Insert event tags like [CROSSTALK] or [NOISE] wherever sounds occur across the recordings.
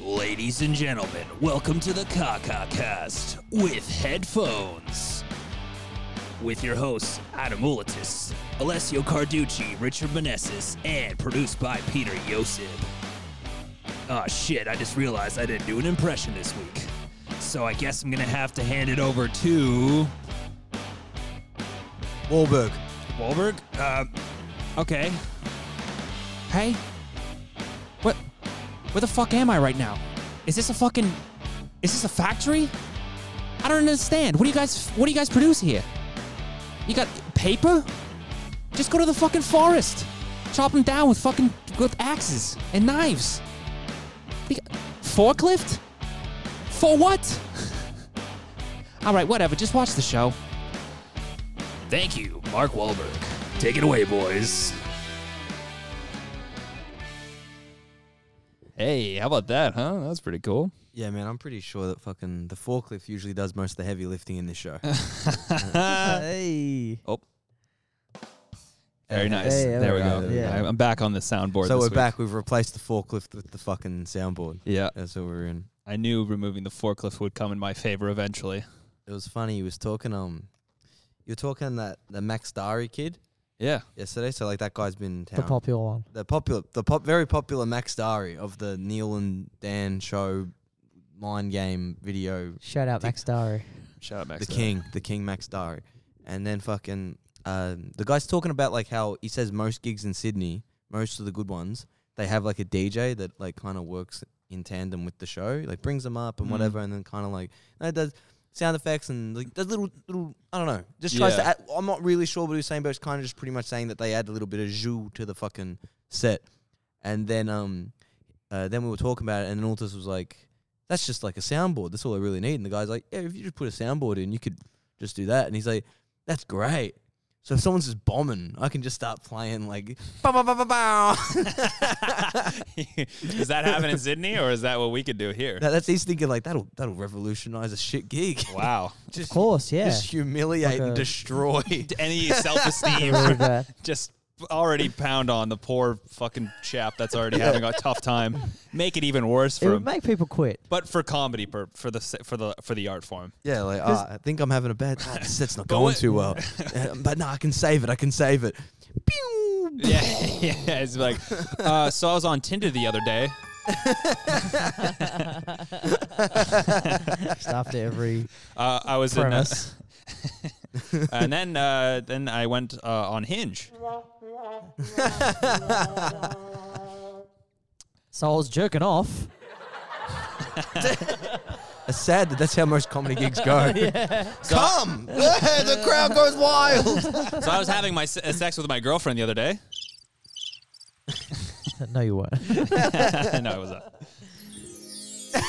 Ladies and gentlemen, welcome to the Kaka Cast with headphones. With your hosts, Adam Ulitis, Alessio Carducci, Richard Manessis, and produced by Peter Yosib. Oh shit, I just realized I didn't do an impression this week. So I guess I'm gonna have to hand it over to. Wahlberg. Wahlberg? Uh, okay. Hey? What? Where the fuck am I right now? Is this a fucking. Is this a factory? I don't understand. What do you guys. What do you guys produce here? You got paper? Just go to the fucking forest. Chop them down with fucking. with axes and knives. You got- forklift? For what? [LAUGHS] Alright, whatever. Just watch the show. Thank you, Mark Wahlberg. Take it away, boys. Hey, how about that, huh? That was pretty cool. Yeah, man, I'm pretty sure that fucking the forklift usually does most of the heavy lifting in [LAUGHS] this show. hey. Oh. Very nice. Hey, there we alright, go. there we go. I- I'm back on the soundboard. So this we're week. back. We've replaced the forklift with the fucking soundboard. Yeah, That's what we're in. I knew removing the forklift would come in my favor eventually. It was funny. He was talking. Um, you were talking that the Max Dari kid Yeah, yesterday. So like that guy's been in town. The popular one. the popular, the pop, very popular Max Dari of the Neil and Dan show, mind game video Shout out Dick- [LAUGHS] Max Dari. shout out Max. [LAUGHS] the king, the king Max Dari, and then fucking um, the guy's talking about like how he says most gigs in Sydney, most of the good ones, they have like a DJ that like kind of works in tandem with the show, like brings them up and Mm. whatever, and then kind of like no, does sound effects and like does little little I don't know, just tries to. Yeah. Add, I'm not really sure what he was saying, but it's kind of just pretty much saying that they add a little bit of jus to the fucking set, and then um, uh, then we were talking about it, and then Altus was like that's just like a soundboard. That's all I really need. And the guy's like, yeah, if you just put a soundboard in, you could just do that. And he's like, that's great. So if someone's just bombing, I can just start playing like, bow, bow, bow, bow, bow. [LAUGHS] Does that happen in Sydney, or is that what we could do here? That- that's he's thinking like that'll that'll revolutionize a shit gig. [LAUGHS] Wow. just, Of course, yeah. [LAUGHS] just humiliate Like and a- destroy. Any self-esteem? Really bad. just already pound on the poor fucking chap that's already having a tough time. Make it even worse It for would him. make [LAUGHS] people quit. But for comedy, pur- for the s- for the for the art form. [LAUGHS] yeah, like ah, I think I'm having a bad. Ah, this set's not But going what- too [LAUGHS] well. Uh, but no, I can save it. I can save it. Pew! Yeah, [LAUGHS] yeah. It's like, uh, so I was on Tinder the other day. Just after every Uh, I was premise. in, a, and then uh, then I went uh, on Hinge. So I was jerking off. [LAUGHS] It's sad that that's how most comedy gigs go. [LAUGHS] Come, the crowd goes wild. So I was having my se- uh, sex with my girlfriend the other day. [LAUGHS] no, [LAUGHS] you weren't. no, it was a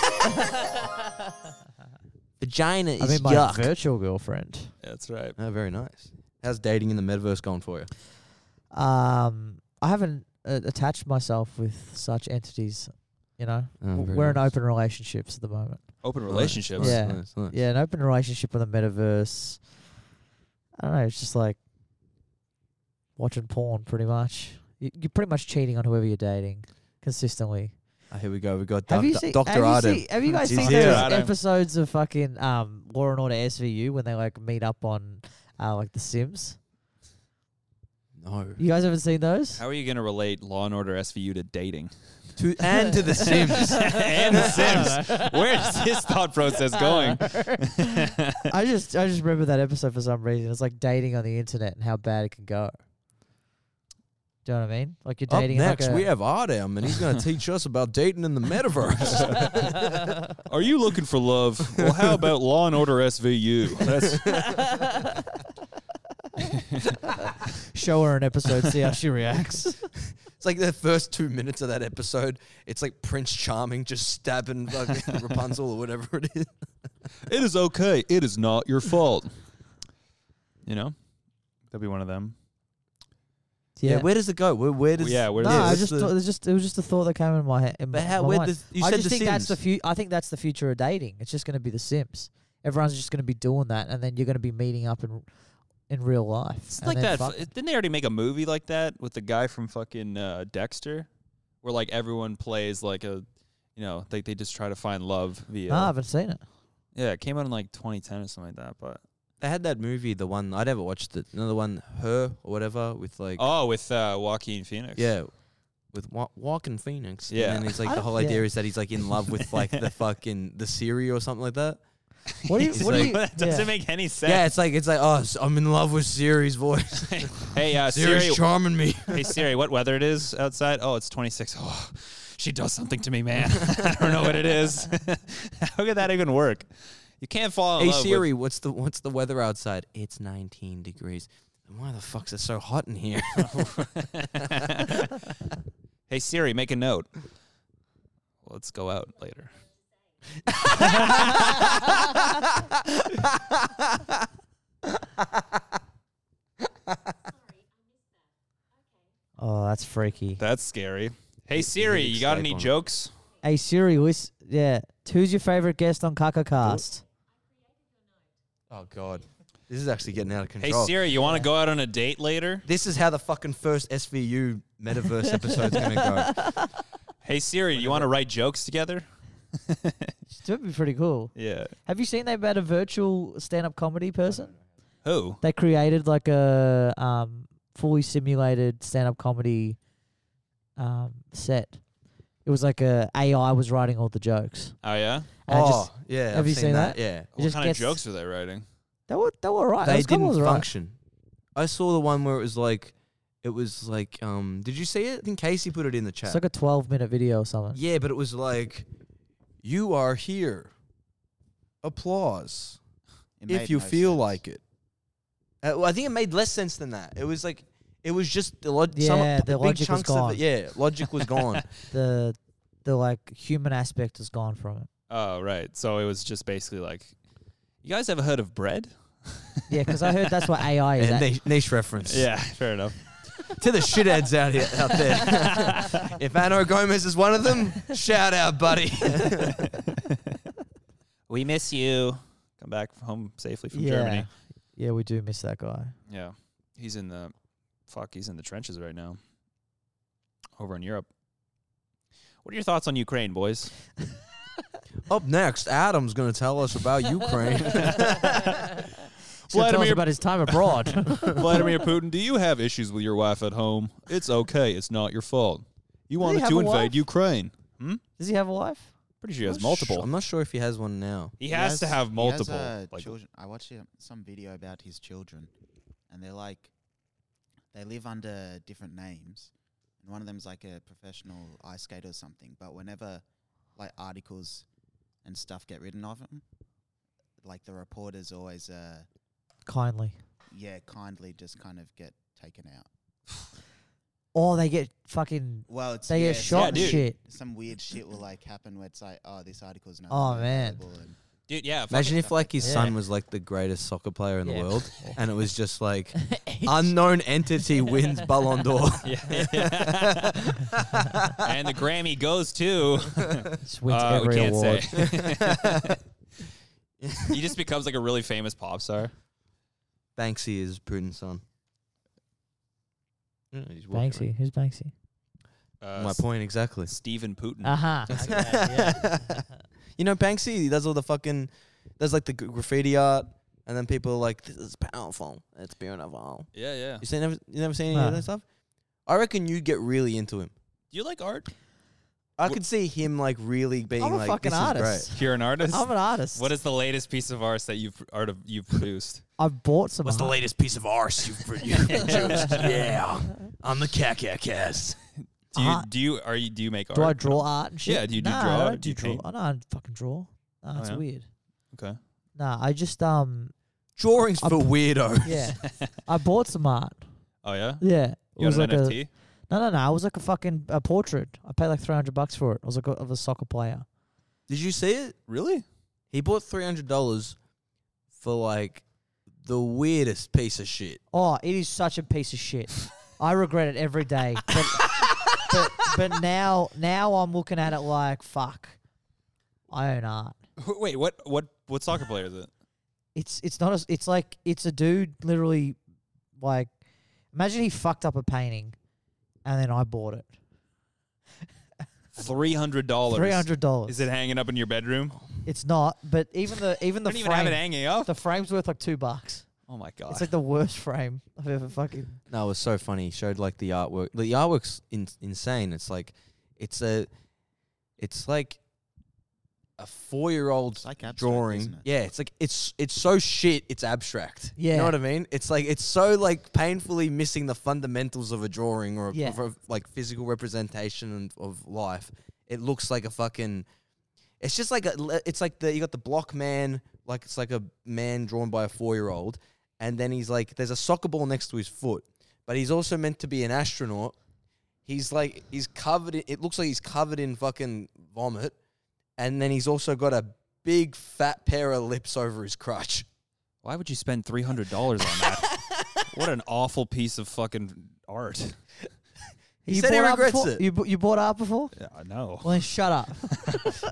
Vagina I mean, my virtual girlfriend. That's right. oh, very nice. How's dating in the metaverse going for you? Um, I haven't uh, attached myself with such entities. You know, Oh, very we're in nice. open relationships at the moment. Open Nice, relationships. nice, Yeah. nice, nice. Yeah, an open relationship with the metaverse. I don't know. It's just like watching porn, pretty much. You- You're pretty much cheating on whoever you're dating consistently. Oh, here we go. We got Have doc- you doc- seen? Dr. have, you Adam. seen- have you guys Dr. seen Adam. those Adam. episodes of fucking um, Law and Order SVU when they like meet up on uh, like The Sims? No. You guys haven't seen [LAUGHS] those? How are you gonna relate Law and Order SVU to dating? To, and to the Sims. and Sims. Where's his thought process going? [LAUGHS] [LAUGHS] [LAUGHS] I just I just remember that episode for some reason. It's like dating on the internet and how bad it can go. Do you know what I mean? Like you're Up dating next, like [LAUGHS] a, we have Adam, and he's [LAUGHS] going to teach us about dating in the metaverse. Are you looking for love? Well, how about Law and Order SVU? That's show her an episode, see how she reacts. it's like the first two minutes of that episode. It's like Prince Charming just stabbing [LAUGHS] fucking Rapunzel or whatever it is. it is okay. It is not your fault. You know, that'd be one of them. Yeah. where does it go? Where, where does- Yeah, where no, does I what's just thought, it was just it was just a thought that came in my head. in But my- how- my where mind. does- you I said The just think that's the Sims. fu- I think that's the future of dating. It's just going to be The Sims. Everyone's just going to be doing that, and then you're going to be meeting up in in real life. It's and like then that. fuck- Didn't they already make a movie like that with the guy from fucking uh, Dexter, where like everyone plays like a you know, like they just try to find love via. No, I haven't seen it. yeah, it came out in like 2010 or something like that. But They had that movie, the one I never watched it. Another one, her or whatever, with like oh, with uh, Joaquin Phoenix. yeah, with Wa- Walking Phoenix. Yeah. and then it's like I- the whole idea yeah. is that he's like in [LAUGHS] love with like the fucking the Siri or something like that. What do you? It's What do like- [LAUGHS] [LAUGHS] you? that yeah. doesn't make any Yeah, sense. it's like it's like oh, s- I'm in love with [LAUGHS] Siri's voice. hey, uh, Siri's Siri. charming [LAUGHS] me. hey Siri, what weather it is outside? Oh, it's 26. Oh, she does something to me, man. [LAUGHS] I don't know what it is. [LAUGHS] How could that even work? You can't fall in Hey love with- Siri, what's the what's the weather outside? It's 19 degrees. Why the fuck's it so hot [LAUGHS] in here? hey Siri, make a note. Let's go out later. Oh, that's freaky. That's scary. Hey Siri, looks you got like any one. jokes? Hey Siri, who's yeah? Who's your favorite guest on KakaCast? oh god, this is actually getting out of Hey control. Siri, you want to go out on a date later? This is how the fucking first SVU metaverse episode's gonna [LAUGHS] go. Hey Siri, you want to write jokes together? That'd be pretty cool. Yeah. Have you seen they made a virtual stand-up comedy person? Who? They created like a um, fully simulated stand-up comedy um, set. It was like a AI was writing all the jokes. Oh yeah. And I oh just- yeah, have I've you seen that? Yeah, It what just kind of gets- jokes are they writing? they were they were right. they Those couple didn't was right. function. I saw the one where it was like, it was like, um, did you see it? I think Casey put it in the chat. It's like a twelve-minute video or something. yeah, but it was like, you are here. Applause It if made you no feel sense. like it. Uh, well, I think it made less sense than that. It was like, it was just the, log- Yeah, some, the big logic was chunks gone. of it. Yeah, logic was gone. The the like human aspect is gone from it. Oh right. So it was just basically like, you guys ever heard of bread? Yeah, because [LAUGHS] I heard that's what AI is. and That- niche, niche reference. Yeah, [LAUGHS] fair enough. to the shitheads out here out [LAUGHS] there. if Ano Gomez is one of them, shout out, buddy. We miss you. Come back home safely from yeah, Germany. yeah, we do miss that [LAUGHS] guy. Yeah. He's in the fuck, he's in the trenches right now. Over in Europe. What are your thoughts on Ukraine, boys? Up next, Adam's going to tell us Oh, about [LAUGHS] [LAUGHS] Ukraine. He's gonna tell us Vladimir- about his time abroad. [LAUGHS] Vladimir Putin, do you have issues with your wife at home? It's okay. It's not your fault. You wanted have to a invade wife? Ukraine. Does he have a wife? Pretty sure he has I'm multiple. not sure if he has one now. He has, to have he has, multiple. uh, like, children. I watched um, some video about his children, and they're like, they live under different names, and one of them's like a professional ice skater or something. But whenever, like articles and stuff get written of him, like the reporters always, uh, Kindly. yeah, kindly just kind of get taken out. Or Oh, they get fucking Well, it's they yeah, get it's shot yeah, and dude. shit. Some weird shit will like happen where it's like, oh, this article's not. Oh, man. dude, yeah. fucking- Imagine if like his Yeah. son was like the greatest soccer player in Yeah. the [LAUGHS] world, and it was just like unknown entity wins Ballon d'Or. [LAUGHS] Yeah, yeah. and the Grammy goes to. Just wins Uh, every [LAUGHS] award. say. he just becomes like a really famous pop star. Banksy is Putin's son. Yeah, he's walking Banksy. Who's Banksy? Uh, around. My point exactly. Stephen Putin. [LAUGHS] Aha. uh you know, Banksy he does all the fucking, does like the gra- graffiti art, and then people are like, "This is powerful. It's beautiful." yeah, yeah. You seen never, you never seen any of No. that stuff? I reckon you get really into him. Do you like art? I Wh- could see him like really being I'm a like, fucking "This artist. is You're an artist. I'm an artist. What is the latest piece of art that you've art of you've produced? I've bought some. What's the Uh-huh. art. latest piece of arse you've [LAUGHS] produced? yeah, [LAUGHS] I'm the Kakakast. Do you Uh, do you are you do you make art? Do I draw art and shit? Yeah, do you do nah, draw? I Do don't do you draw. paint? I don't fucking draw. Nah, Oh, that's yeah? weird. Okay. Nah, I just um Drawings I for [LAUGHS] weirdos. yeah, [LAUGHS] I bought some art. Oh yeah. Yeah, it You got an like a NFT? no, no, no. It was like a fucking a portrait. I paid like three hundred bucks for it. It was like a, of a soccer player. Did you see it? really? He bought three hundred dollars for like the weirdest piece of shit. Oh, it is such a piece [LAUGHS] of shit. I regret it every day. But, but but now now I'm looking at it like fuck. I own art. Wh- Wait, what what what soccer player is it? It's it's not a, s- it's like it's a dude literally like imagine he fucked up a painting and then I bought it. Three hundred dollars. Three hundred dollars. Is it hanging up in your bedroom? It's not. But even the even the don't frame, even have it hanging up. the frame's worth like two bucks. Oh my god. It's like the worst frame I've ever fucking. No, it was so funny. He showed like the artwork. The artwork's in, insane. It's like, it's a, it's like a four year old It's like abstract, drawing. isn't it? Yeah, it's like it's it's so shit. It's abstract. you Yeah. know what I mean. It's like it's so like painfully missing the fundamentals of a drawing or a, Yeah. of a, like physical representation and- of life. It looks like a fucking. It's just like a, le- it's like the you got the block man like it's like a man drawn by a four year old, and then he's like there's a soccer ball next to his foot, but he's also meant to be an astronaut. He's like he's covered. In, it looks like he's covered in fucking vomit, and then he's also got a big fat pair of lips over his crotch. Why would you spend three hundred dollars on [LAUGHS] that? what an awful piece of fucking art. He said he bought art regrets before? it. You bu- you bought art before? Yeah, I know. Well, then shut [LAUGHS] up.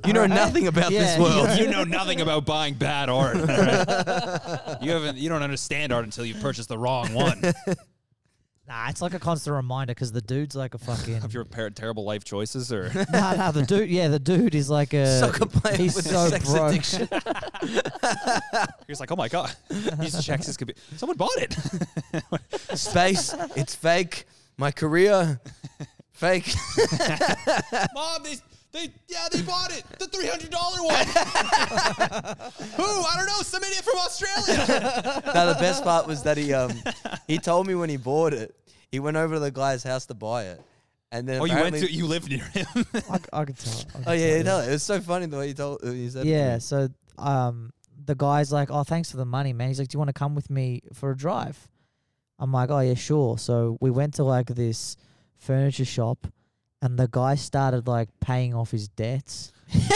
You know Alright. nothing about Yeah. this world. you know nothing about buying bad art. all right? You haven't. You don't understand art until you purchase the wrong one [LAUGHS] Nah, it's like a constant reminder because the [LAUGHS] dude's like a fucking. of your par- terrible life choices. [LAUGHS] Or [LAUGHS] nah, nah, the dude. Yeah, the dude is like a. Soccer player he's with so a sex broke. addiction. he's like, oh my god, he just checks his computer. Someone bought it. Space, it's fake. My career, fake. [LAUGHS] Mom, they, they, yeah, they bought it. The three hundred dollar one. Who? I don't know. Some idiot from Australia. no, the best part was that he um he told me when he bought it, he went over to the guy's house to buy it, and then Oh, you went apparently- to. You live near him. [LAUGHS] [LAUGHS] I, c- I can tell. I can Oh tell, yeah, no, it was so funny the way you told you said. it to Yeah, me. so um, the guy's like, "Oh, thanks for the money, man." He's like, "Do you want to come with me for a drive?" I'm like, "Oh yeah, sure." So we went to like this furniture shop, and the guy started like paying off his debts. [LAUGHS]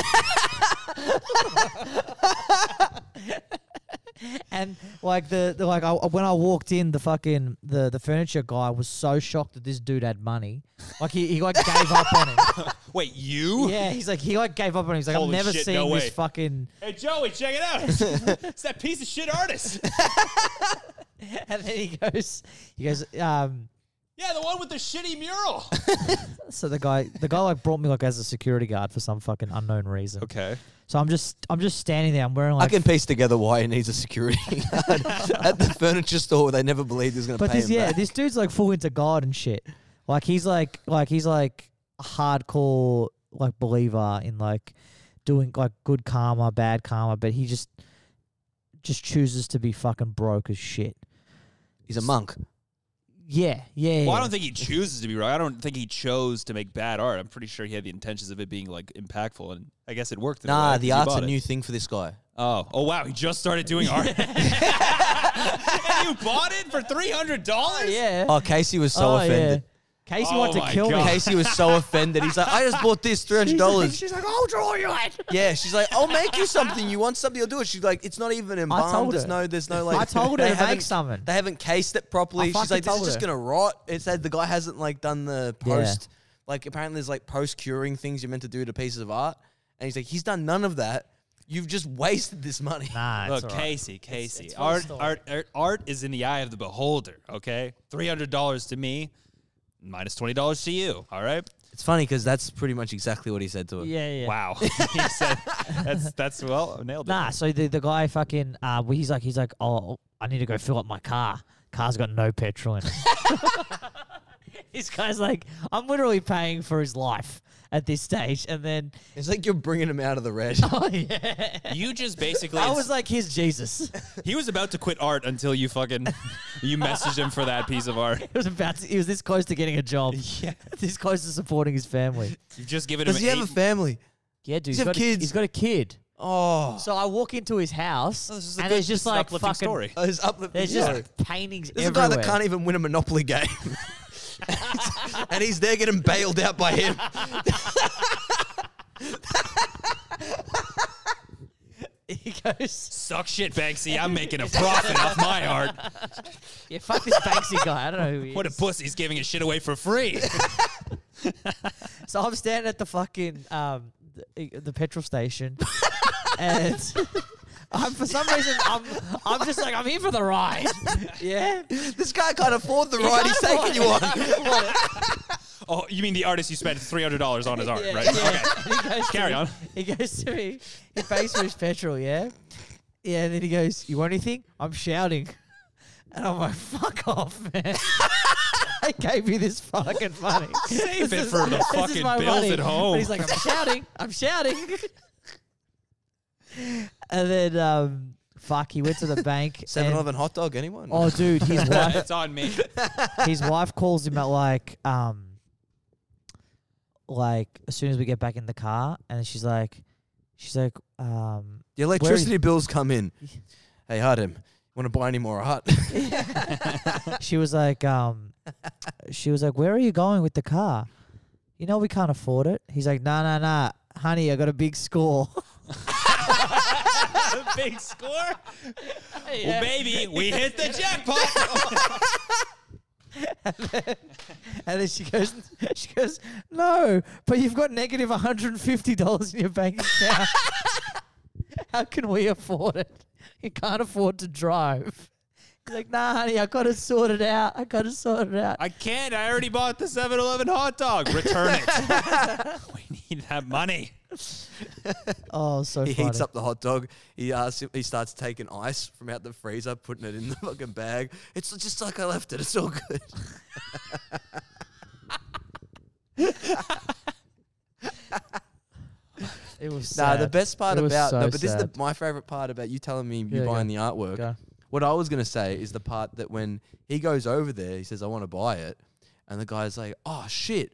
and like the, the like I, when I walked in, the fucking the the furniture guy was so shocked that this dude had money. Like he, he like gave up on it. [LAUGHS] Wait, you? Yeah, he's like he like gave up on him. He's like, Holy I've never shit, seen no this way. fucking. Hey, Joey, check it out. [LAUGHS] it's that piece of shit artist. [LAUGHS] And then he goes, he goes. Um, Yeah, the one with the shitty mural. so the guy, the guy like brought me like as a security guard for some fucking unknown reason. Okay. So I'm just, I'm just standing there. I'm wearing I like. can piece together why he needs a security [LAUGHS] guard at the furniture store. They never believed he was going to but pay this, him yeah, back. this dude's like full into God and shit. Like he's like, like he's like a hardcore like believer in like doing like good karma, bad karma. But he just, just chooses to be fucking broke as shit. He's a monk. Yeah, yeah. Well, I yeah. don't think he chooses to be right. I don't think he chose to make bad art. I'm pretty sure he had the intentions of it being like impactful, and I guess it worked. in a way, Nah, 'cause he the art's bought a it. new thing for this guy. Oh, oh wow! He just started [LAUGHS] doing art. [LAUGHS] and you bought it for three hundred dollars. yeah. Oh, Casey was so Oh, offended. Yeah. Casey Oh wanted my to kill God. me. Casey was so offended. He's like, I just bought [LAUGHS] this three hundred dollars. She's like, I'll draw you it. Yeah, she's like, I'll make you something. You want something? I'll do it. She's like, it's not even I embalmed. told There's her. no, there's no like. I told they her to haven't- make something. They haven't cased it properly. I She's like, fucking this is told just her. gonna rot. It said the guy hasn't like done the Yeah. post. Like apparently there's like post curing things you're meant to do to pieces of art, and he's like, he's done none of that. You've just wasted this money. Nah, Look, it's all right. Casey, Casey, it's for the art, story. art, art, art is in the eye of the beholder. Okay, three hundred dollars to me, minus twenty dollars to you. All right. It's funny because that's pretty much exactly what he said to her. Yeah, yeah. Wow. [LAUGHS] he said, that's that's well nailed it. Nah, so the, the guy fucking, uh, well, he's like, he's like, oh, I need to go fill up my car. Car's got no petrol in it. [LAUGHS] this guy's like, I'm literally paying for his life at this stage. And then, [LAUGHS] It's like you're bringing him out of the red. oh, yeah. You just basically [LAUGHS] I was like, here's Jesus. [LAUGHS] it he was about to quit art until you fucking [LAUGHS] you messaged him for that piece of art. was about to, he was this close to getting a job. [LAUGHS] Yeah. this close to supporting his family. You've just given Does him he have eight- a family? Yeah, dude. Does He's he have got a- kids? he's got a kid. Oh, So I walk into his house, Oh, this is a and good- there's this just is an like uplifting fucking. story. oh his uplift. There's yeah. just paintings There's everywhere. a guy that can't even win a Monopoly game. [LAUGHS] and he's there getting bailed out by him. [LAUGHS] He goes, Suck shit, Banksy. [LAUGHS] I'm making a profit off my art. "Yeah, fuck this Banksy guy. I don't know who he is." What a pussy's giving his shit away for [LAUGHS] free. so I'm standing at the fucking um the, the petrol station, and I'm for some reason I'm I'm just like I'm here for the ride. yeah, This guy can't afford the ride he's can't [LAUGHS] taking you on. afford it. Oh, you mean the artist you spent three hundred dollars on his art, Yeah, right? yeah. Okay. He goes to Carry me- on. He goes to me. He pays for his petrol, yeah? Yeah, and then he goes, You want anything? I'm shouting. And I'm like, Fuck off, man. [LAUGHS] I gave you this fucking money. Save This it is- for the [LAUGHS] this is fucking my bills money. at home. But he's [LAUGHS] like, I'm shouting. I'm shouting. and then, um, fuck, he went to the bank. 7 and- Eleven hot dog, anyone? Oh, dude, his wife it's on me. [LAUGHS] his wife calls him at like um like as soon as we get back in the car and she's like she's like um the electricity bills come [LAUGHS] in. Hey, Hardim, want to buy any more hot? she was like um she was like where are you going with the car you know we can't afford it he's like nah nah nah honey i got a [LAUGHS] big score Big score. Well, baby, we hit the jackpot. [LAUGHS] and then she goes [LAUGHS] she goes no but you've got negative $150 in your bank account [LAUGHS] how can we afford it you can't afford to drive He's like, nah, honey, I got it sorted out. I got it sorted out. I can't. I already bought the 7-Eleven hot dog. Return it. [LAUGHS] we need that money. Oh, [LAUGHS] so he funny. heats up the hot dog. He asks him, he starts taking ice from out the freezer, putting it in the [LAUGHS] fucking bag. It's just like I left it. It's all good. It was Nah, the sad. best part It was about so no, but this is the, sad. my favorite part about you telling me you Yeah, buying the artwork. Go. What I was gonna say is the part that when he goes over there, he says, "I want to buy it," and the guy's like, "Oh shit,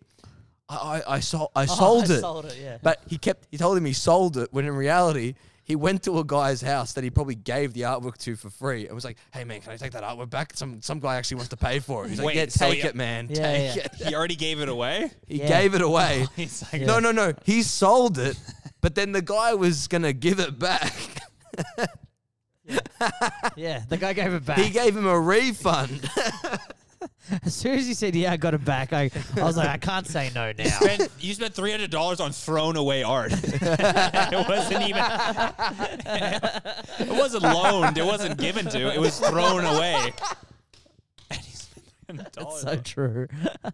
I I, I, sol- I [LAUGHS] Oh, sold I it." Sold it, yeah. But he kept he told him he sold it when in reality he went to a guy's house that he probably gave the artwork to for free and was like, "Hey man, can I take that artwork back? Some some guy actually wants to pay for it." He's Wait, like, "Yeah, so take he- it, man. Yeah, take yeah. it." He already gave it [LAUGHS] away. He Yeah. gave it away. He's like, No, no, no. He sold it, but then the guy was gonna give it [LAUGHS] back. yeah, the guy gave it back. He gave him a refund. as soon as he said, "Yeah, I got it back," I, I was like, "I can't say [LAUGHS] no now." spent, you spent three hundred dollars on thrown away art. [LAUGHS] it wasn't even. It wasn't loaned. It wasn't given to. It was thrown away. And he spent three hundred That's Oh, dollars. so true. it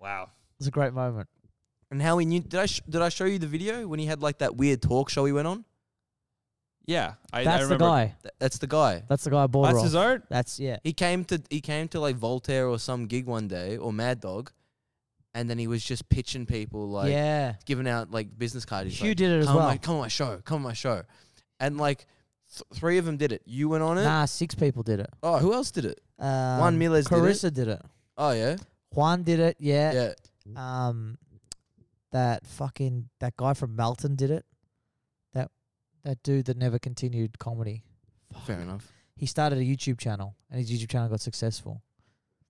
wow. was a great moment. And how he knew? Did I sh- did I show you the video when he had like that weird talk show he went on? Yeah, I, That's I the remember. guy. Th- that's the guy. That's the guy I bought That's her his off. art. That's yeah. He came to he came to like Voltaire or some gig one day or Mad Dog, and then he was just pitching people like yeah. giving out like business cards. He's Hugh like, did it as come on well. my, come on my show, come on my show, and like th- three of them did it. You went on it. Nah, six people did it. Oh, who else did it? Um, Miles did it. Carissa did it. Oh yeah, Juan did it. Yeah. yeah. Um, that fucking that guy from Melton did it. That that dude that never continued comedy. Fair enough. He started a YouTube channel, and his YouTube channel got successful.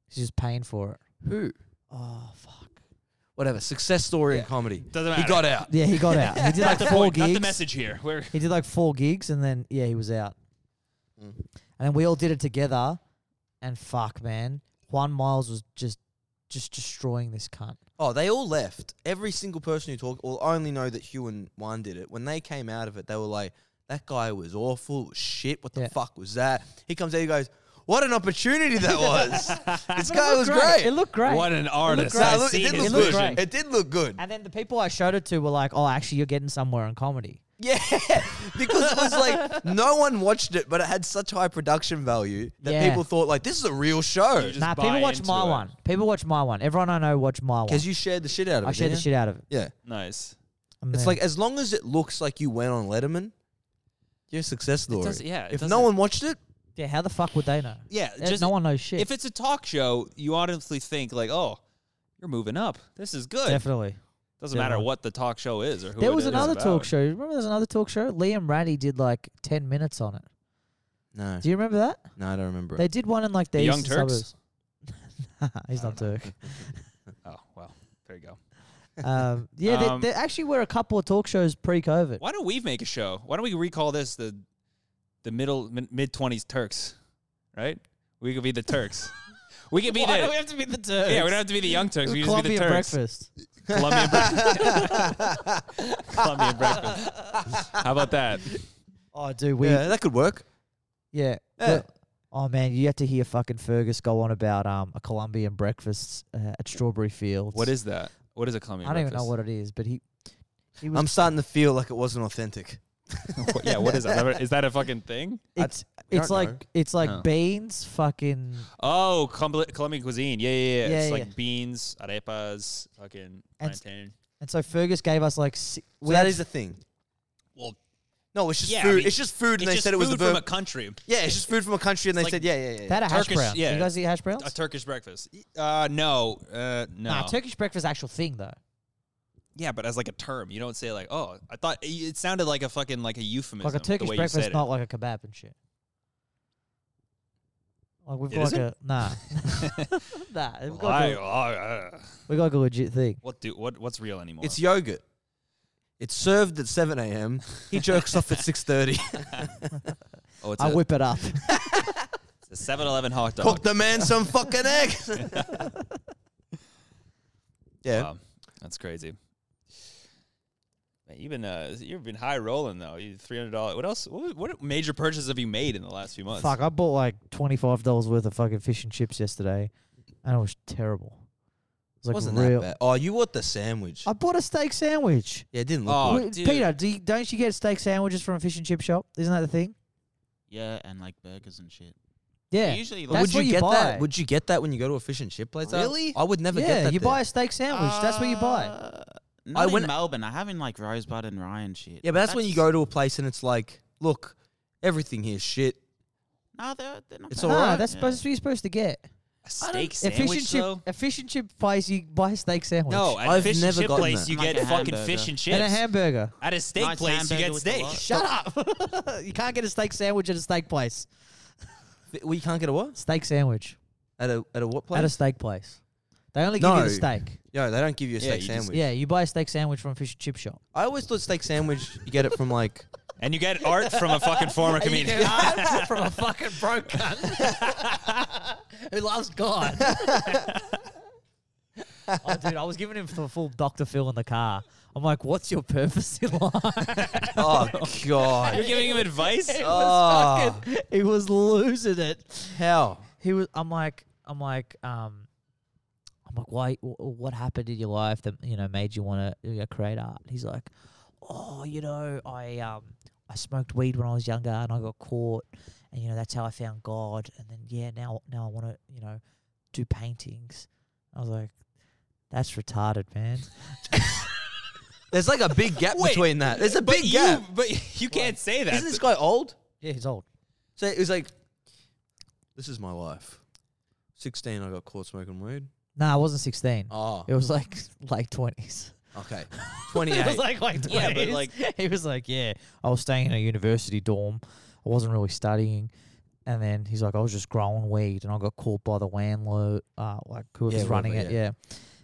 He's just paying for it. Who? Oh fuck. Whatever. Success story in comedy. Doesn't matter. He got out. Yeah, he got out. [LAUGHS] He did like Not the four point. gigs. Not the message here. We're He did like four gigs, and then yeah, he was out. Mm. And then we all did it together, and fuck, man, Juan Miles was just just destroying this cunt. Oh, they all left. Every single person who talked, well, I only know that Hugh and Juan did it. When they came out of it, they were like, that guy was awful. it was Shit, what the Yeah. fuck was that? He comes out, he goes, what an opportunity [LAUGHS] that was. this But it guy was looked great. It looked great. what an artist. great. Nah, I look, it see did his look It good. looked vision. great. It did look good. [LAUGHS] and then the people I showed it to were like, "Oh, actually, you're getting somewhere in comedy." Yeah, because it was like no one watched it, but it had such high production value that Yeah. people thought like this is a real show You just nah, buy people watch into my it. one. People watch my one. Everyone I know watch my one. because you shared the shit out of it. I shared the didn't you? shit out of it. Yeah, Nice. I'm it's there. like as long as it looks like you went on Letterman, you're a success story. does- yeah, it if no doesn't- one watched it, yeah, how the fuck would they know? Yeah, Eh, just no one knows shit. if it's a talk show, you honestly think like, oh, you're moving up. This is good. Definitely. Doesn't matter Definitely. what the talk show is or who. There it was is another talk about. show. Remember, there was another talk show. Liam Ratty did like ten minutes on it. no, Do you remember that? no, I don't remember. it. [LAUGHS] They [LAUGHS] did one in like the Young eastern [LAUGHS] Turks? suburbs. He's I not don't know. Turk. Oh well, there you go. Um, yeah, there- Um, there, actually were a couple of talk shows pre-COVID. Why don't we make a show? Why don't we recall this the the middle mid twenties Turks, right? We could be the [LAUGHS] Turks. we could be the have to be the Turks? yeah. We don't have to be the young Turks. We could just be the Colombian Turks. [LAUGHS] breakfast. Colombian breakfast. Colombian breakfast. How about that? Oh, dude, we yeah. yeah, that could work. Yeah. Well, Oh man, you have to hear fucking Fergus go on about um a Colombian breakfast uh, at Strawberry Fields. What is that? What is a Colombian? I don't even know what it is, but he. he was, I'm starting to feel like it wasn't authentic. even know. [LAUGHS] yeah, what is that? I've never- Is that a fucking thing? it's I it's don't like know. it's like Oh. beans, fucking Oh, Col- Colombian cuisine. Yeah, yeah, yeah. Yeah, it's yeah, like yeah. beans, arepas, fucking And s- plantain. And so Fergus gave us like si- So that is the thing. Well, No, it's just yeah, I food. mean, it's just food, and it's they just said it was the food from verb. a country. yeah, it's just food from a country, and they like- said, yeah, yeah, yeah. that a hash Turkish- brown. yeah. You guys eat hash browns? A Turkish breakfast. Uh, no, uh, no. Nah, Turkish breakfast actual thing though. yeah, but as like a term, you don't say like, oh, I thought it sounded like a fucking like a euphemism. Like a Turkish the way you breakfast, said not like a kebab and shit. Like we've It got like isn't? a nah, [LAUGHS] It. [LAUGHS] nah. We've got, Why- like a, why- uh, we got like a legit thing. what do what what's real anymore? It's yogurt. It's served at 7 a.m. He jerks off at 6:30. oh, it's I a whip it up. [LAUGHS] it's a Seven Eleven hot [LAUGHS] dog. Cook the man some [LAUGHS] fucking eggs. yeah. Wow, that's crazy. Man, you've been uh, you've been high rolling though. You three hundred dollars. What else? What, what major purchases have you made in the last few months? Fuck, I bought like twenty five dollars worth of fucking fish and chips yesterday, and it was terrible. It was like Wasn't real. that bad? Oh, you want the sandwich? I bought a steak sandwich. yeah, it didn't look. Oh, good. Wait, dude. Peter, do you, don't you get steak sandwiches from a fish and chip shop? Isn't that the thing? Yeah, and like burgers and shit. Yeah. Usually, That's would like, you, what you get buy. that? Would you get that when you go to a fish and chip place? though? Really? I would never yeah, get that. you there. buy a steak sandwich. That's where you buy. Uh, Not in went- Melbourne. I have in like Rosebud and Ryan shit. Yeah, but that's, when you go to a place and it's like, look, everything here's shit. No, they're, they're not. It's bad. all nah, right. that's Yeah. supposed to be supposed to get. a steak A sandwich fish and chip, though. a fish and chip place. You buy a steak sandwich. No, at a I've fish and never chip gotten place that. you Like get a fucking hamburger. fish and chips. and a hamburger. at a steak Nice place you hamburger get with a steak. lot. [LAUGHS] Shut up! you can't get a steak sandwich at a steak place. Th- We can't get a what Steak sandwich at a at a what place? at a steak place. They only give you No. the steak. Yo, they don't give you a Yeah, steak you just- sandwich. Yeah, you buy a steak sandwich from a fish and chip shop. I always thought steak sandwich you get it from [LAUGHS] like And you get art from a fucking [LAUGHS] former And you comedian. get hard [LAUGHS] from a fucking broke cunt [LAUGHS] who loves God. [LAUGHS] oh, dude, I was giving him the full Dr. Phil in the car. I'm like, what's your purpose in life? [LAUGHS] oh You're [LAUGHS] god giving him advice. It was Oh. fucking, he was losing it. how He was. I'm like, I'm like, um, I'm like, why? wh- What happened in your life that you know made you want to you know, create art? He's like, oh, you know, I um, I smoked weed when I was younger and I got caught, and you know that's how I found God. And then yeah, now now I want to you know do paintings. I was like, that's retarded, man. There's like a big gap Wait, between that. There's a but big you, gap. But [LAUGHS] you can't say that. Isn't this guy old? Yeah, he's old. So it was like, this is my life. 16, I got caught smoking weed. Nah, I wasn't 16. Oh, It was like [LAUGHS] late 20s. okay. [LAUGHS] It 28. was like like Yeah, but 20s. like- he was like, yeah, I was staying in a university dorm. I wasn't really studying, and then he's like, I was just growing weed, and I got caught by the landlord, uh, like who was Yeah, running whoever, it, yeah.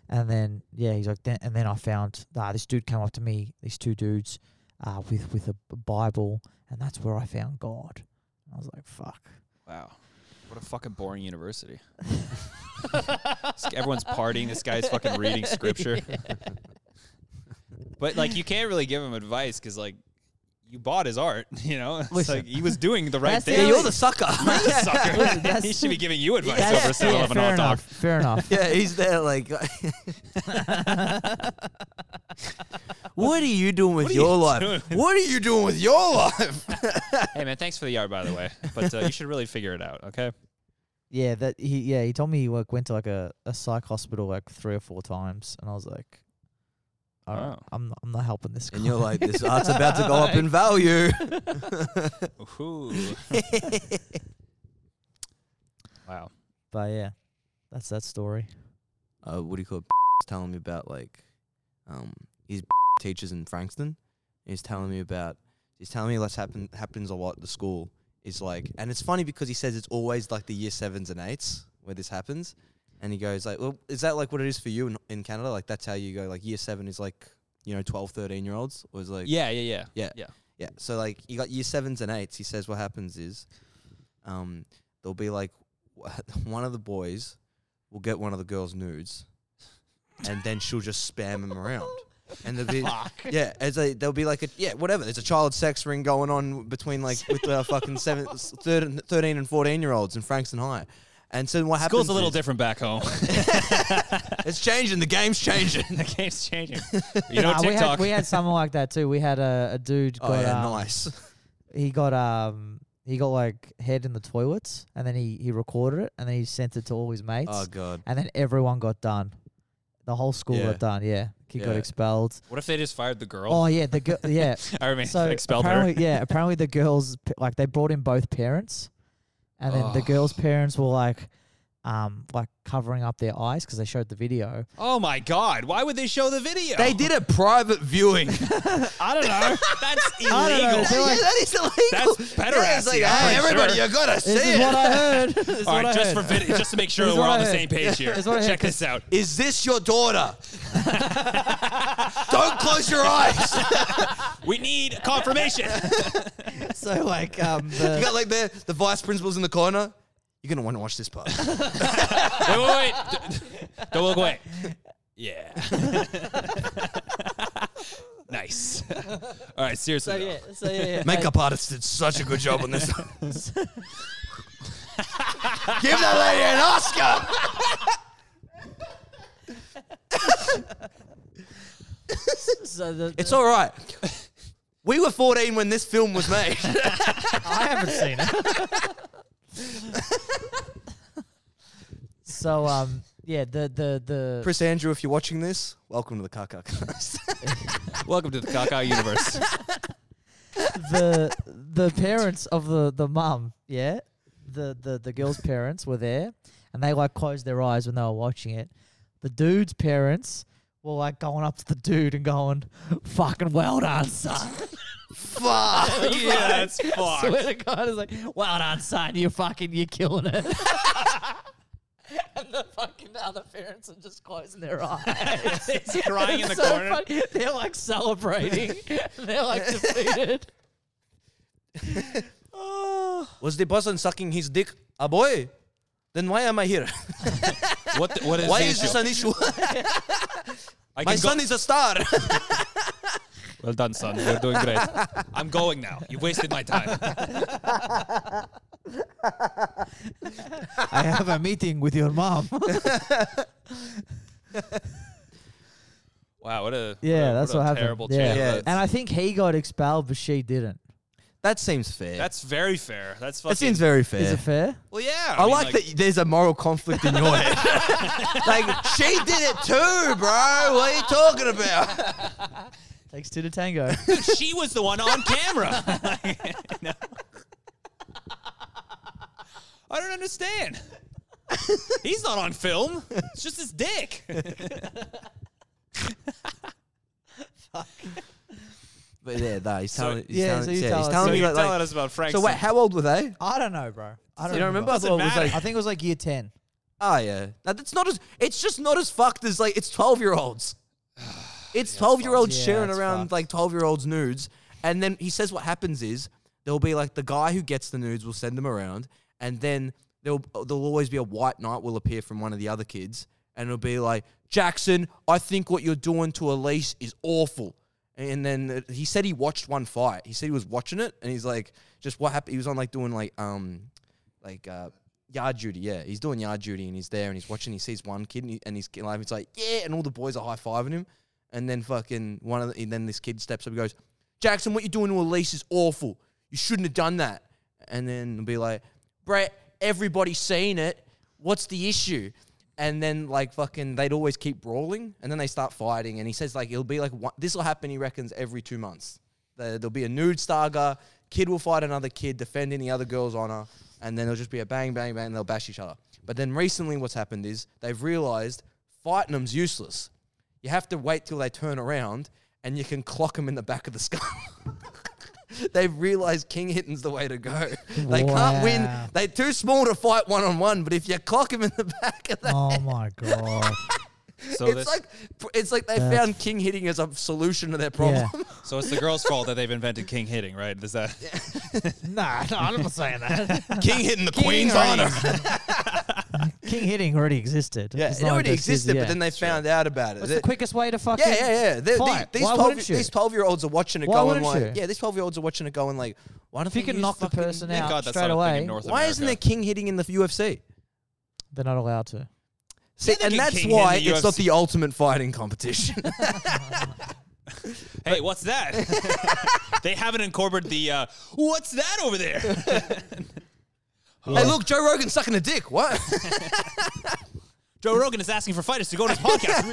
And then yeah, he's like, then, and then I found ah, this dude came up to me, these two dudes, uh, with with a b- Bible, and that's where I found God. And I was like, fuck. wow. What a fucking boring university. This- [LAUGHS] Everyone's partying. This guy's fucking reading [LAUGHS] scripture. [LAUGHS] but like, you can't really give him advice because like, you bought his art. [LAUGHS] You know, it's Listen. like he was doing [LAUGHS] the right That's the thing. yeah, you're only- the sucker. [LAUGHS] You're the sucker. Listen, [LAUGHS] that's- he should be giving you advice That's- over a seven eleven fair hot dog. [LAUGHS] enough. Fair enough. yeah, he's there like, [LAUGHS] what are you doing with What are your you [LAUGHS] life? doing? What are you doing with your life? Hey man, thanks for the yard by the [LAUGHS] way, but uh, you should really figure it out. Okay. Yeah, that he yeah he told me he like went to like a, a psych hospital like three or four times, and I was like, all right, Oh. Wow. I'm not, I'm not helping this guy. And you're like, this art's about to go up [LAUGHS] in value. Ooh. [LAUGHS] wow. but yeah, that's that story. uh, what do you call it, [LAUGHS] telling me about like um his [LAUGHS] teachers in Frankston. He's telling me about he's telling me that's happen happens a lot at the school. Is like and it's funny because he says it's always like the year sevens and eights where this happens. And he goes like, well, is that like what it is for you in, in Canada? Like that's how you go like year seven is like, you know, 12, 13 year olds or is like, Yeah, yeah, yeah. yeah. Yeah. Yeah. So like you got year sevens and eights. He says what happens is, um, there'll be like [LAUGHS] one of the [LAUGHS] boys will get one of the girls' nudes, and then she'll just spam him around. and they'll be yeah, as they there'll be like a yeah, whatever. There's a child sex ring going on between like with [LAUGHS] uh, fucking seven, s- third- 13 and fourteen year olds in Frankston High. And so what happens? School's a little is- different back [LAUGHS] home. [LAUGHS] It's changing. The game's changing. the game's [LAUGHS] changing. You know Nah, we TikTok. had we had someone like that too. We had a, a dude. oh got, yeah, um, nice. [LAUGHS] He got um he got like head in the toilets, and then he he recorded it, and then he sent it to all his mates, Oh god. and then everyone got done. The whole school Yeah. got done. Yeah, kid got Yeah. expelled. what if they just fired the girl? Oh yeah, the girl. yeah. [LAUGHS] I mean, So expelled her. apparently, yeah. Apparently, the girls p- like they brought in both parents, and then the Oh. girls' parents were like, um, like covering up their eyes because they showed the video. Oh my God! Why would they show the video? They did a private viewing. I don't know. [LAUGHS] That's I don't know, illegal. they're like, that is illegal. That's better Yeah, ass, it's like, yeah, hey, I'm pretty everybody, sure. you gotta see this is it. what I heard. This [LAUGHS] is All what right, I just heard. for video, just to make sure This is we're what all I on the heard. same page here. This is what I heard, Check this out. Is this your daughter? [LAUGHS] Don't close your eyes. We need confirmation. [LAUGHS] [LAUGHS] so like um You the, got like the the vice principal's in the corner. You're gonna want to watch this [LAUGHS] part. wait, wait, wait. D- Don't look away. Yeah. [LAUGHS] nice. All right, seriously. so though. yeah so yeah, yeah Makeup artist did such a good job on [LAUGHS] this. Give that lady an Oscar. so the, It's all right. We were 14 when this film was [LAUGHS] made. I haven't seen it. so um yeah the the the Chris Andrew, if you're watching this, welcome to the Kakak. Welcome to the Kaka universe. the the parents of the the mum, yeah, the the the girl's parents were there, and they like closed their eyes when they were watching it. The dude's parents were like going up to the dude and going, "Fucking well done, son." [LAUGHS] Fuck. [LAUGHS] yeah, that's fucked. Swear to God, it's like, "Well done, son. You fucking you're killing it." [LAUGHS] And the fucking other parents are just closing their eyes. It's crying in the It's [LAUGHS] so corner. funny. They're like celebrating. [LAUGHS] They're like defeated. Was the person sucking his dick a boy? Then why am I here? What, the, what is Why the is issue? this an issue? I My can go- son is a star. Well done, son. You're doing great. I'm going now. You've wasted my time. I have a meeting with your mom. Wow, what a Yeah, a- that's a what happened. terrible Yeah. channel. Yeah. That's- [LAUGHS] And I think he got expelled, but she didn't. [LAUGHS] That seems fair. That's very fair. That's fucking. that seems very Is fair. it fair? well, yeah. I, mean, like, that there's a moral conflict in your [LAUGHS] head. like she did it too, bro. What are you talking [LAUGHS] about? Takes two to tango. Dude, she was the one on [LAUGHS] camera. No. I don't understand. He's not on film. It's just his dick. But yeah, no, he's telling, he's yeah, telling, so you yeah, tell he's us. telling So me you're like, like us about Frank. so. Wait, how old were they? [LAUGHS] I don't know, bro. I don't You don't remember? I remember. thought it was matter. like, I think it was like year 10. oh yeah, Now, that's not as. It's just not as fucked as like it's twelve year [SIGHS] olds. It's twelve year olds Yeah, sharing it's around fucked. like twelve year olds nudes, and then he says what happens is there'll be like the guy who gets the nudes will send them around, and then there'll there'll always be a white knight will appear from one of the other kids, and it'll be like Jackson, I think what you're doing to Elise is awful. And then uh, he said he watched one fight. He said he was watching it, and he's like, just what happened? He was on like doing like um like uh, yard duty. Yeah, he's doing yard duty and he's there and he's watching. He sees one kid and, he, and he's getting like, he's like, yeah, and all the boys are high fiving him. And then fucking one of the, and then this kid steps up and goes, Jackson, what you doing to Elise is awful. You shouldn't have done that. And then it'll be like, Brett, everybody's seen it. What's the issue? And then like fucking, they'd always keep brawling, and then they start fighting. And he says like it'll be like one, this will happen. He reckons every two months. There- There'll be a nude starger. Kid will fight another kid, defending the other girl's honor, and then there'll just be a bang, bang, bang, and they'll bash each other. But then recently, what's happened is they've realized fighting them's useless. You have to wait till they turn around, and you can clock them in the back of the skull. [LAUGHS] they've realized king hitting's the way to go. They can't win. Wow. They're too small to fight one on one, but if you clock them in the [LAUGHS] back of the [LAUGHS] Oh my God. So, it's this, like it's like they Oh, That's- found king hitting as a solution to their problem. so it's the girl's fault that they've invented king hitting, right? Is that [LAUGHS] nah, no, I'm not saying that. [LAUGHS] [LAUGHS] king hitting the King queen's reigns. honor. [LAUGHS] King hitting already [LAUGHS] existed. Yeah, It's it not already just- existed, yeah. but then they found out about it. What's the They- quickest way to fucking? yeah, yeah, yeah. They- fight? These, Why twelve, wouldn't you? these twelve-year-olds are watching it, Why going wouldn't like, you? "Yeah, these twelve-year-olds are watching it, going like, why don't If you they can use knock the fucking- person Thank out God that's straight not a thing in away, North Why isn't there America. king hitting in the UFC? they're not allowed to. See, they and can that's king why hit in the it's not UFC. the ultimate fighting [LAUGHS] competition. Hey, what's [LAUGHS] that? they haven't incorporated the uh, what's that over there? Hey, look, Joe Rogan sucking a dick. What? Joe Rogan is asking for fighters to go on his [LAUGHS] podcast.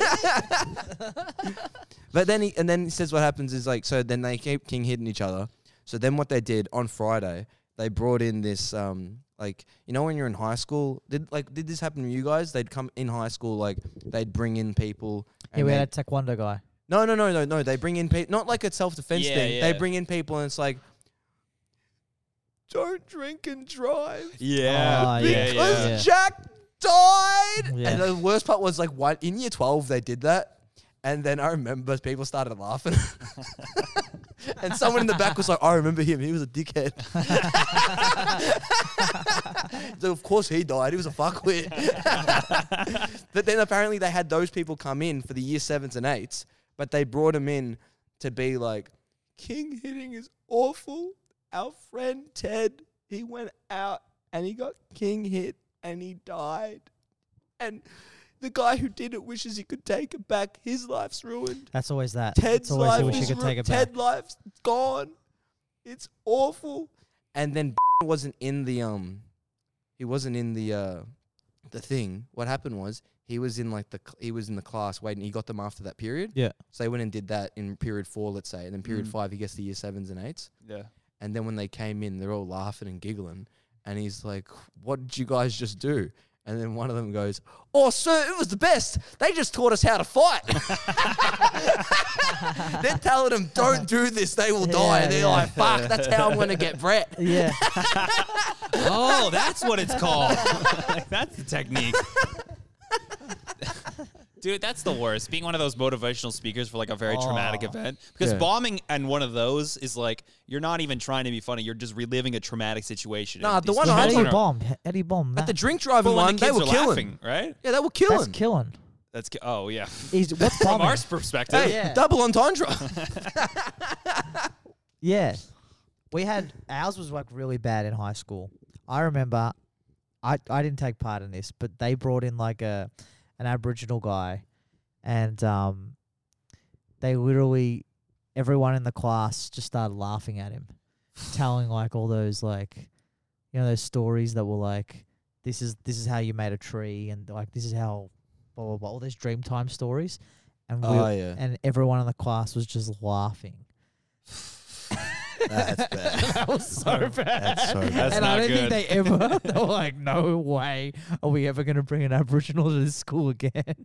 But then he and then he says what happens is like so then they keep king hitting each other. So then what they did on Friday, they brought in this um like you know when you're in high school, did like did this happen to you guys? They'd come in high school like they'd bring in people. Yeah, and we they'd- had a taekwondo guy. no, no, no, no, no. They bring in people, not like a self defense Yeah, thing. yeah. They bring in people and it's like, don't drink and drive Oh, Yeah, yeah, because yeah. Jack died. Yeah. And the worst part was like, why in year twelve they did that, and then I remember people started laughing, [LAUGHS] and someone in the back was like, I remember him. He was a dickhead. [LAUGHS] so of course he died. He was a fuckwit. [LAUGHS] but then apparently they had those people come in for the year sevens and eights, but they brought them in to be like, King hitting is awful. Our friend Ted, he went out and he got king hit and he died. And the guy who did it wishes he could take it back. His life's ruined. That's always that. Ted's it's always life the wish you is could ru- take [LAUGHS] it back. Ted life's gone. It's awful. And then [LAUGHS] wasn't in the um he wasn't in the uh the thing. What happened was he was in like the cl- he was in the class waiting. He got them after that period. Yeah. So they went and did that in period four, let's say, and then period Mm. five he gets the year sevens and eights. yeah. And then when they came in, they're all laughing and giggling. And he's like, What did you guys just do? And then one of them goes, Oh, sir, it was the best. They just taught us how to fight. [LAUGHS] They're telling them, Don't do this. They will die. Yeah, And they're yeah. like, Fuck, that's how I'm going to get Brett. Yeah, Oh, that's what it's called. Like, [LAUGHS] that's the technique. Dude, that's the worst. Being one of those motivational speakers for like a very traumatic Aw. event. Because Yeah. bombing and one of those is like you're not even trying to be funny. You're just reliving a traumatic situation. Nah, And the these one yeah I how children do you are- bomb? H- How do you bomb At [LAUGHS] that? the drink But driving when one, the they kids were are killing. laughing, right? Yeah, they were That's killing. killing. That's ki- oh yeah. He's [LAUGHS] what's From bombing? our perspective, hey, Yeah. double entendre. Yeah. We had ours was like really bad in high school. I remember I I didn't take part in this, but they brought in like a an Aboriginal guy and um they literally everyone in the class just started laughing [SIGHS] at him. telling like all those like you know, those stories that were like this is this is how you made a tree and like this is how blah blah blah all those dreamtime stories. And we, Oh, yeah. and everyone in the class was just laughing. [LAUGHS] [LAUGHS] That's bad. that was so bad. That's so bad. That's and not I don't good. think they [LAUGHS] ever. They were like, "No way, are we ever going to bring an Aboriginal to this school again?"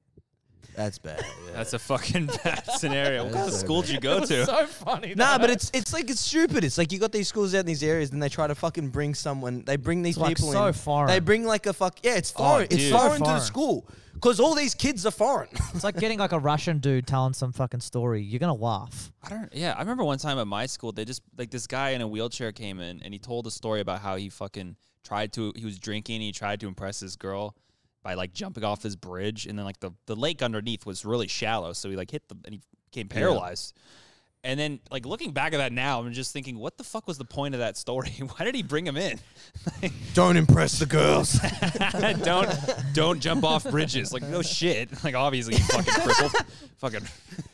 That's bad. that's a fucking [LAUGHS] bad scenario. What That is kind of so school did you go to? so funny. Nah, though. but it's it's like it's stupid. It's like you got these schools out in these areas, then they try to fucking bring someone. They bring these It's, like, people so in. foreign. They bring like a fuck. Yeah, it's foreign. it's dude. foreign, So to the foreign. school because all these kids are foreign. [LAUGHS] it's like getting like a Russian dude telling some fucking story. You're gonna [LAUGHS] laugh. I don't. Yeah, I remember one time at my school, they just like this guy in a wheelchair came in and he told a story about how he fucking tried to. He was drinking. he tried to impress this girl by like jumping off this bridge, and then like the the lake underneath was really shallow, so he like hit the and he became paralyzed. And then, like looking back at that now, I'm just thinking, what the fuck was the point of that story? [LAUGHS] Why did he bring him in? [LAUGHS] Don't impress the [LAUGHS] girls. don't don't jump off bridges. Like no shit. [LAUGHS] Like obviously you fucking crippled. [LAUGHS] fucking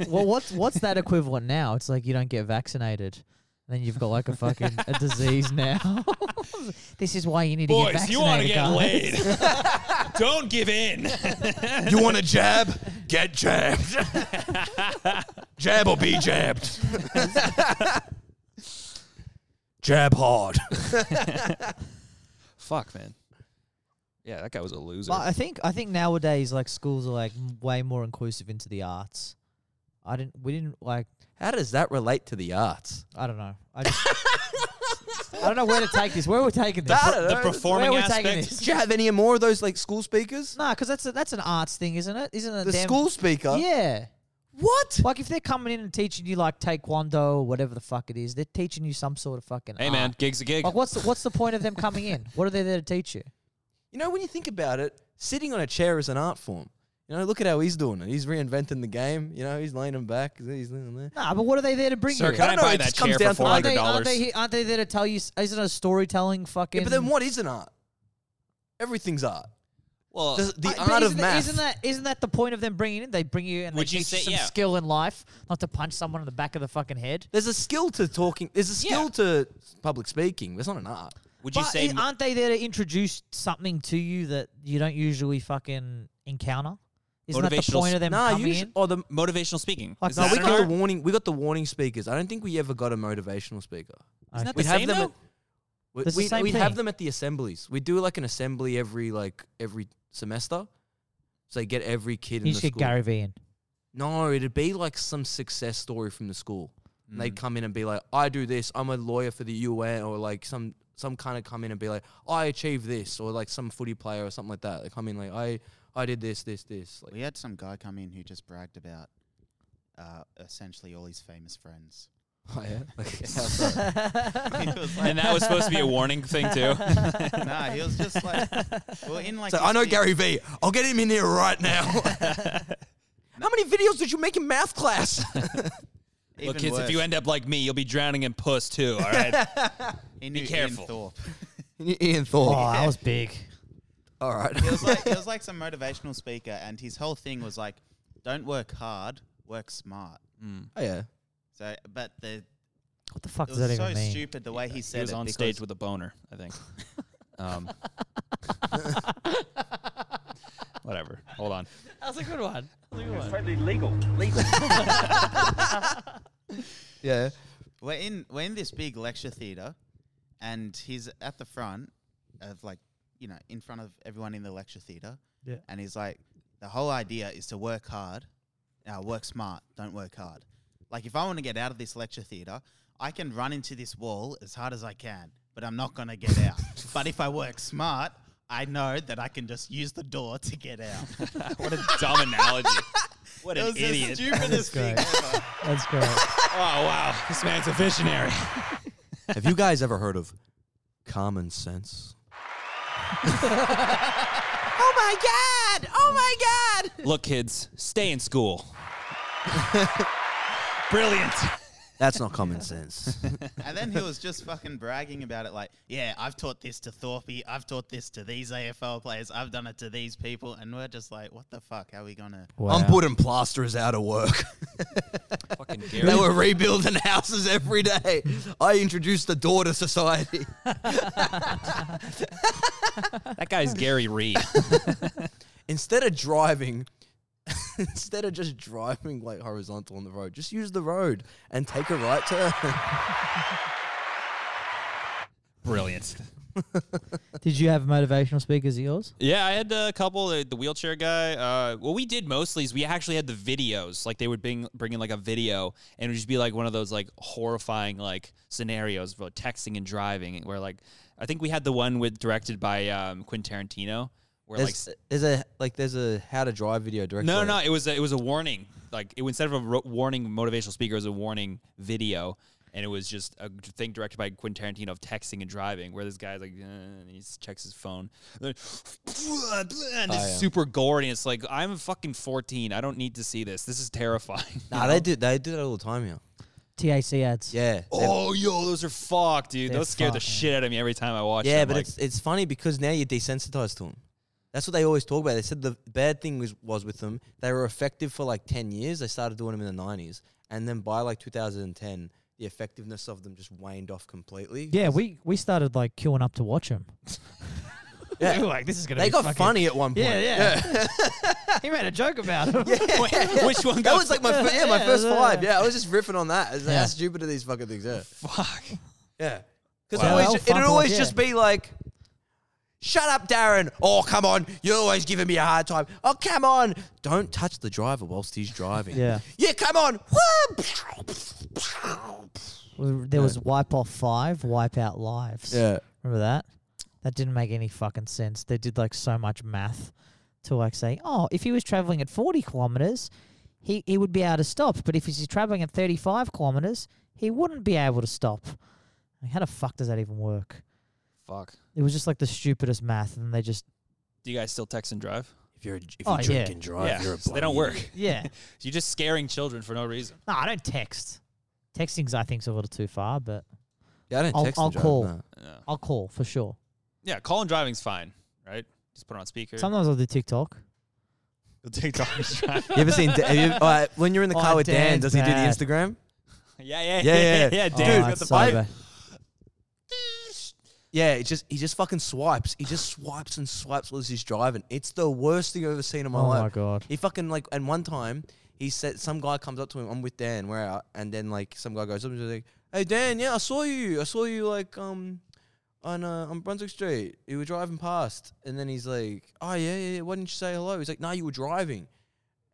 well, what's what's that equivalent now? It's like you don't get vaccinated. Then you've got like a fucking a [LAUGHS] disease now. [LAUGHS] this is why you need to get boys, vaccinated. you want to get guys. laid? [LAUGHS] don't give in. [LAUGHS] you want a jab? Get jabbed. jab or be jabbed. jab hard. Fuck, man. Yeah, that guy was a loser. But I think I think nowadays like schools are like m- way more inclusive into the arts. I didn't. We didn't like. [LAUGHS] How does that relate to the arts? I don't know. I just. [LAUGHS] I don't know where to take this. Where we're taking this? I Where don't the know. [LAUGHS] performing we're taking aspect. Do this? you have any more of those like school speakers? Nah, because that's a, that's an arts thing, isn't it? Isn't it? The damn- school speaker. Uh, Yeah. What? Like if they're coming in and teaching you like taekwondo or whatever the fuck it is, they're teaching you some sort of fucking. Hey, man, art. gig's a gig. Like what's the, what's the point of them coming in? What are they there to teach you? You know, when you think about it, sitting on a chair is an art form. You know, look at how he's doing it. He's reinventing the game. You know, he's laying him back. He's laying there. Nah, but what are they there to bring Sir, you? can I I, don't know, buy it that just comes chair down for four to, like, hundred aren't they, aren't, dollars? they, aren't they there to tell you? Isn't a storytelling fucking? Yeah, but then what is an art? Everything's art. Well, The, the I- but art isn't of that- math. Isn't that isn't that the point of them bringing it in? They bring you and Would they you teach you say- some yeah. skill in life, not to punch someone in the back of the fucking head. There's a skill to talking. There's a skill to public speaking. That's not an art. would you but say i- aren't they there to introduce something to you that you don't usually fucking encounter? Isn't that the Motivational point s- of them Nah, coming you should, in? oh, the, mo- motivational speaking? Like, Is no, no, that we an got the art? warning. We got the warning speakers. I don't think we ever got a motivational speaker. Isn't that we the have same them. though? At, we That's the we, same we have thing. them at the assemblies. We do like an assembly every like every semester. So they get every kid in You the should get school. Gary Vee in. No, it'd be like some success story from the school. And they'd come in and be Mm. like, I do this, I'm a lawyer for the UN or like some some kind of come in and be like, I achieved this or like some footy player or something like that. They come in like I I did this, this, this. Like [LAUGHS] We had some guy come in who just bragged about uh, essentially all his famous friends. [LAUGHS] oh, yeah. [LAUGHS] Like, Oh, [LAUGHS] [LAUGHS] and that was supposed to be a warning thing too. nah, he was just like, well, in like. so this I know big- Gary Vee. I'll get him in here right now. [LAUGHS] How many videos did you make in math class? Even Look, kids, worse, if you end up like me, you'll be drowning in puss too. [LAUGHS] All right. he knew careful. Ian Thorpe. [LAUGHS] Ian Thorpe. Oh, that was big. All right. It was like it was like some motivational speaker, and his whole thing was like, "Don't work hard, work smart." [LAUGHS] Oh, yeah. So, but the What the fuck it does that was even so mean? stupid the way he said he was it. on because stage with a boner, I [LAUGHS] think. Um, [LAUGHS] whatever. Hold on. That was a good one. That was a good one. Totally legal. Legal. Yeah. we're in we're in this big lecture theater, and he's at the front of like you know in front of everyone in the lecture theater. Yeah. And he's like, the whole idea is to work hard. Now work smart. Don't work hard. Like if I want to get out of this lecture theater, I can run into this wall as hard as I can, but I'm not gonna get [LAUGHS] out. but if I work smart. I know that I can just use the door to get out. What a dumb [LAUGHS] analogy. [LAUGHS] What it an was the idiot. [LAUGHS] stupidest thing great. ever. That's great. Oh, wow. This man's a visionary. Have you guys ever heard of common sense? oh my god! Oh my god! Look, kids, stay in school. [LAUGHS] Brilliant. That's not common sense. And then he was just fucking bragging about it, like, yeah, I've taught this to Thorpe, I've taught this to these AFL players, I've done it to these people, and we're just like, what the fuck? How are we gonna? I'm putting plasterers out of [LAUGHS] work. Fucking They Gary. were rebuilding [LAUGHS] houses every day. I introduced the door to society. [LAUGHS] that guy's Gary Reed. Instead of driving, [LAUGHS] instead of just driving like horizontal on the road, just use the road and take a right [LAUGHS] turn. Brilliant. Did you have motivational speakers of yours? Yeah, I had a couple. The, the wheelchair guy. Uh, what we did mostly is we actually had the videos. Like they would bring bring in like a video, and it would just be like one of those like horrifying like scenarios for texting and driving, where like I think we had the one with directed by um, Quentin Tarantino, where like There's, there's a like there's a how to drive video directly. no, no, no. It was a, it was a warning. Like it, instead of a ro- warning motivational speaker, it was a warning video, and it was just a thing directed by Quentin Tarantino of texting and driving, where this guy's like, "Uh," and he s- checks his phone, and Oh, it's yeah. super gory. And it's like I'm fucking 14. I don't need to see this. This is terrifying. [LAUGHS] Nah, they do they do that all the time here. TAC ads. Yeah. they're- Oh, yo, those are fucked, dude. They're Those scared the fucked, man. shit out of me every time I watch. Yeah, them. but Like, it's it's funny because now you're desensitized to them. That's what they always talk about. They said the bad thing was, was with them, they were effective for like 10 years. They started doing them in the 90s. And then by like 2010, the effectiveness of them just waned off completely. Yeah, we, we started like queuing up to [LAUGHS] watch them. [LAUGHS] Yeah. like, this is gonna They be got fucking- funny at one point. Yeah, yeah. [LAUGHS] he made a joke about it. [LAUGHS] which one [LAUGHS] That got was like my fir- yeah, my Yeah, first yeah. five. Yeah, I was just riffing on that. I was like, How Yeah. stupid are these fucking things? Yeah, fuck? yeah. Because Wow. always Well, it'd fun to always watch, just yeah. be like, "Shut up, Darren!" Oh, come on, you're always giving me a hard time. Oh, come on, don't touch the driver whilst he's driving. Yeah. yeah, come on. There was Wipe Off 5, Wipe Out Lives. yeah, Remember that? That didn't make any fucking sense. They did like so much math to like say, oh, if he was traveling at 40 kilometers, he, he would be able to stop. But if he's traveling at 35 kilometers, he wouldn't be able to stop. Like, how the fuck does that even work? Fuck. It was just like the stupidest math, and they just Do you guys still text and drive? If you're a, if you Oh, drink yeah. and drive, yeah, you're a so they don't bloody work. [LAUGHS] Yeah. You're just scaring children for no reason. no, I don't text. Texting's I think's a little too far, but Yeah, I don't I'll- text I'll and drive, call. nah. Yeah, I'll call for sure. yeah. Call and driving's fine, right? Just put it on speaker. Sometimes I'll do TikTok. You'll take time to drive. [LAUGHS] You ever seen da- have you, all right, when you're in the Oh, car with Dan? Dan's Does he do the bad. Instagram? [LAUGHS] yeah, yeah, Yeah, yeah, yeah. [LAUGHS] yeah. Oh, Dude, oh, got that's the so bike. [LAUGHS] bad. Yeah, it just he just fucking swipes. He just swipes and swipes while he's driving. It's the worst thing I've ever seen in my Oh life. my [LAUGHS] god. He fucking like, and one time he said some guy comes up to him. I'm with Dan. We're out, and then like some guy goes up and he's like, "Hey Dan, yeah, I saw you. I saw you like um on uh, on Brunswick Street. You were driving past." And then he's like, "Oh yeah, yeah. yeah. Why didn't you say hello?" He's like, "No, you were driving."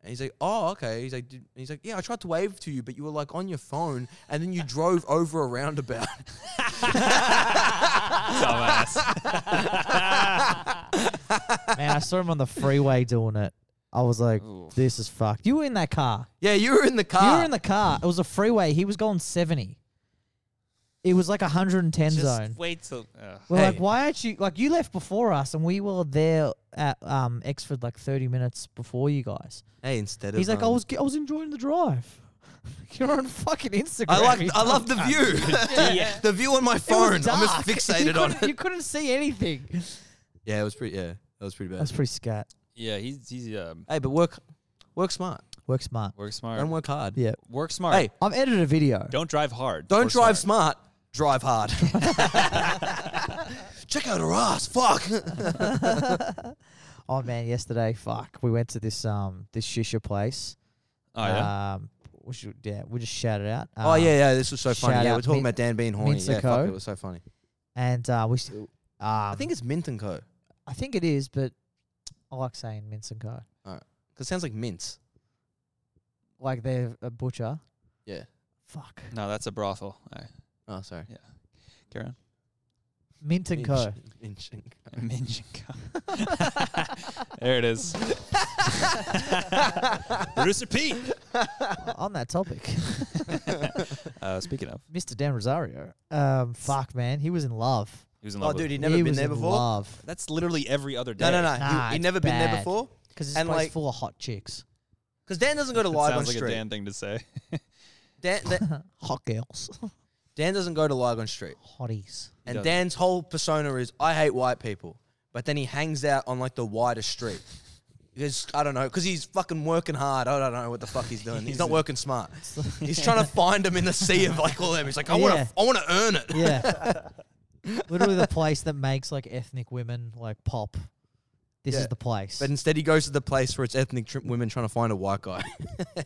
And he's like, "Oh okay." He's like, "Did-" "He's like, yeah, I tried to wave to you, but you were like on your phone, and then you drove over a roundabout." [LAUGHS] Man, I saw him on the freeway doing it. I was like, Oof. this is fucked. You were in that car. yeah, you were in the car. You were in the car. It was a freeway. He was going 70. It was like a 110 Just zone. wait till. Uh, We're Hey. like, why aren't you like you left before us and we were there at um Exford like thirty minutes before you guys. hey, instead of He's like, I um, was I was enjoying the drive. [LAUGHS] You're on fucking Instagram. I like I [LAUGHS] love the view. [LAUGHS] the view on my It was phone. I'm just dark. [LAUGHS] You fixated on couldn't- it. You couldn't see anything. Yeah, it was pretty. Yeah, that was pretty bad. That's pretty scat. yeah, he's he's um, hey, but work, work smart. Work smart. work Don't smart. work hard. Yeah. Work smart. Hey, I've edited a [LAUGHS] video. don't drive hard. don't Work drive smart. Drive [LAUGHS] hard. Check out her ass. Fuck. [LAUGHS] Oh man, yesterday, fuck, we went to this um this shisha place. Oh yeah. Um, we should, yeah, we just shout it out. oh Um, yeah, yeah. This was so funny. shout Yeah, out we're talking Min- about Dan being horny. Yeah, fuck, Minsico. it was so funny. and uh, we, s- um, I think it's Mint and Co. I think it is, but I like saying mince and go. Cause it sounds like mints. Like they're a butcher. Yeah. Fuck. No, that's a brothel. All right. Oh, sorry. Yeah. Karen. Mint and Co. Minch and Co. [LAUGHS] there it is. Producer Pete. [LAUGHS] On that topic, Uh, speaking of, Mr. Dan Rosario. Um, fuck man, he was in love. he was in Oh, love. dude, with he'd never he been was there in before. Love. that's literally every other day. No, no, no. Nah, he, he'd it's never been there bad. before. Because this And, place like- full of hot chicks, Cause Dan doesn't go to That Ligon sounds like Street. a Dan thing to say. Dan, Dan, hot girls, Dan doesn't go to Ligon Street. [LAUGHS] hotties. And doesn't. Dan's whole persona is I hate white people, but then he hangs out on like the widest street. Because I don't know, because he's fucking working hard. I don't know what the fuck he's doing. [LAUGHS] He's not working smart. He's trying to find him in the sea of like all them. He's like, I want Yeah. to, I want to earn it. Yeah. Literally the place that makes like ethnic women like pop. This Yeah. is the place. But instead, he goes to the place where it's ethnic tr- women trying to find a white [LAUGHS] guy.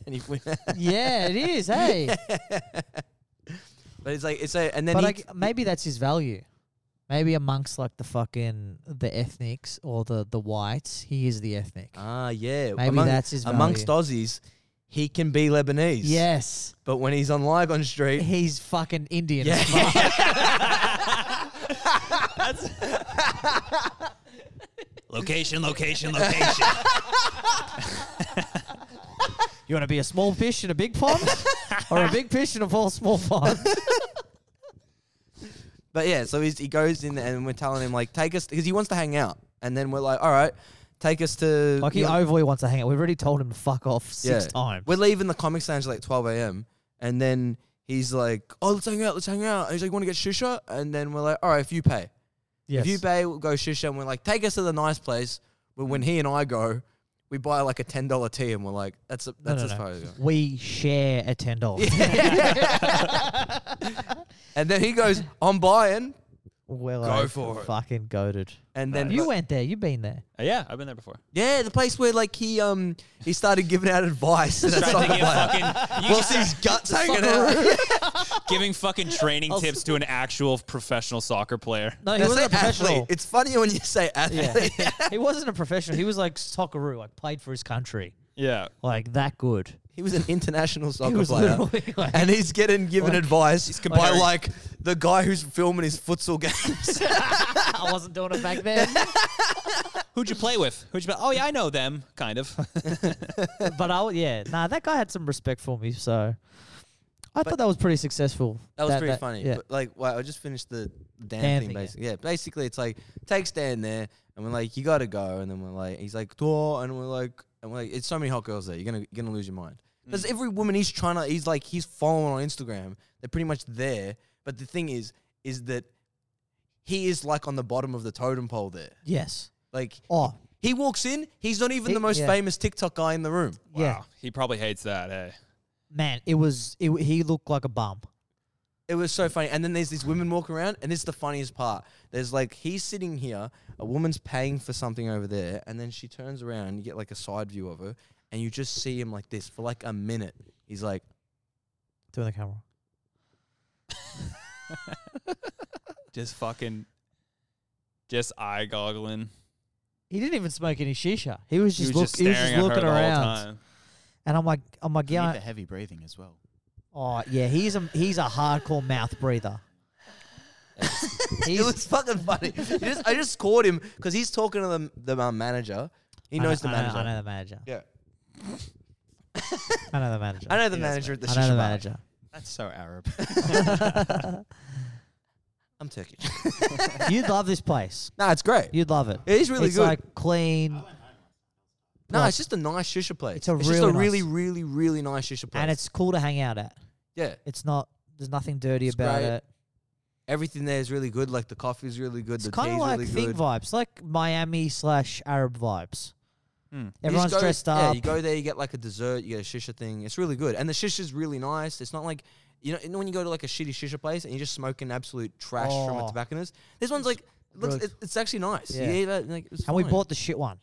and he, [LAUGHS] but [LAUGHS] yeah, it is. Hey, it's like it's a, and then but he, like maybe that's his value. Maybe amongst like the fucking the ethnics or the the whites, he is the ethnic. ah yeah, Maybe among- that's his value. amongst Aussies, he can be Lebanese. yes, but when he's on Ligon Street, he's fucking Indian. [LAUGHS] Yeah. as fuck. location, location, [LAUGHS] location. You want to be a small fish in a big [LAUGHS] pond, or a big fish in a full small pond? But yeah, so he's, he goes in there and we're telling him like, take us because he wants to hang out, and then we're like, all right, take us to like he you know, overly wants to hang out. We've already told him to fuck off six Yeah. times. We're leaving the comic lounge at like twelve a.m. and then he's like, oh, let's hang out, let's hang out. And he's like, want to get shisha? And then we're like, all right, if you pay, Yes. if you pay, we'll go shisha. And we're like, take us to the nice place. But when he and I go, we buy like a ten dollar tea, and we're like, that's a, that's no, as no. far as we go. we share a ten [LAUGHS] dollars. [LAUGHS] And then he goes, I'm buying. Well, Go like, for it. Fucking goaded. And then You went there. You've been there. Uh, yeah, I've been there before. yeah, the place where like he um he started giving out advice. [LAUGHS] and that's Tried on to the give planet. fucking, you Whilst his guts hanging out. giving fucking training tips to an actual professional soccer player. No, he Now, wasn't say a professional. athlete. It's funny when you say athlete. he wasn't a professional. He was like Socceroo, like played for his country, Yeah. like that good. [LAUGHS] he was an international He soccer was player. literally like, And he's getting given Like- advice by comparing- like the guy who's filming his futsal [LAUGHS] games. I wasn't doing it back [LAUGHS] then, Who'd you play with? Who'd you play? Oh yeah, I know them, kind of. [LAUGHS] but I w- yeah, nah, that guy had some respect for me, so I But- thought that was pretty successful. That was pretty funny. Yeah. But like, wow, I just finished the Dan, Dan thing, thing, yeah. basically. Yeah. basically, it's like take Stan there, and we're like, you gotta go, and then we're like, he's like, door, and we're like, and we're like, it's so many hot girls there. You're gonna you're gonna lose your mind because every woman he's trying to, he's like, he's following on Instagram. They're pretty much there, but the thing is, is that he is like on the bottom of the totem pole there. yes. Like Oh, he walks in, he's not even He- the most yeah. famous TikTok guy in the room. yeah. He probably hates that. eh? Hey, Man, it was. It, he looked like a bum. It was so funny. And then there's these women walking around, and this is the funniest part. There's like he's sitting here, a woman's paying for something over there, and then she turns around, and you get like a side view of her, and you just see him like this for like a minute. He's [LAUGHS] like, Turn the camera. just fucking, just eye goggling. He didn't even smoke any shisha. He was He was just look, just he staring was just at her looking the around. whole time. And I'm like, I'm like, You yeah. need the heavy breathing as well. Oh yeah, he's a he's a hardcore mouth breather. it was fucking [LAUGHS] funny. He just- I just caught him because he's talking to the the um, manager. He I know- knows the I know- manager. I know, the manager. Yeah, I know the manager. I know the manager at the I know the shisha bar. manager. That's so Arab. [LAUGHS] I'm Turkish. You'd love this place. no, it's great. You'd love it. It is really it's good. like clean, Oh, no, like- it's just a nice shisha place. It's a just a really nice- really, really, really nice shisha place. and it's cool to hang out at. yeah. It's not. There's nothing dirty It's about great. it. Everything there is really good. Like the coffee's really good. It's the kind tea's of like really thing good. vibes, like Miami slash Arab vibes. Hmm. You just Everyone's go- dressed Yeah, up. you go there, you get like a dessert, you get a shisha thing. It's really good, and the shisha's really nice. It's not like you know, you know when you go to like a shitty shisha place and you're just smoking absolute trash from a Oh. tobacconist. This one's like it looks, Good. it, it's actually nice. Yeah, Yeah. like, it's and we fine. bought the shit one.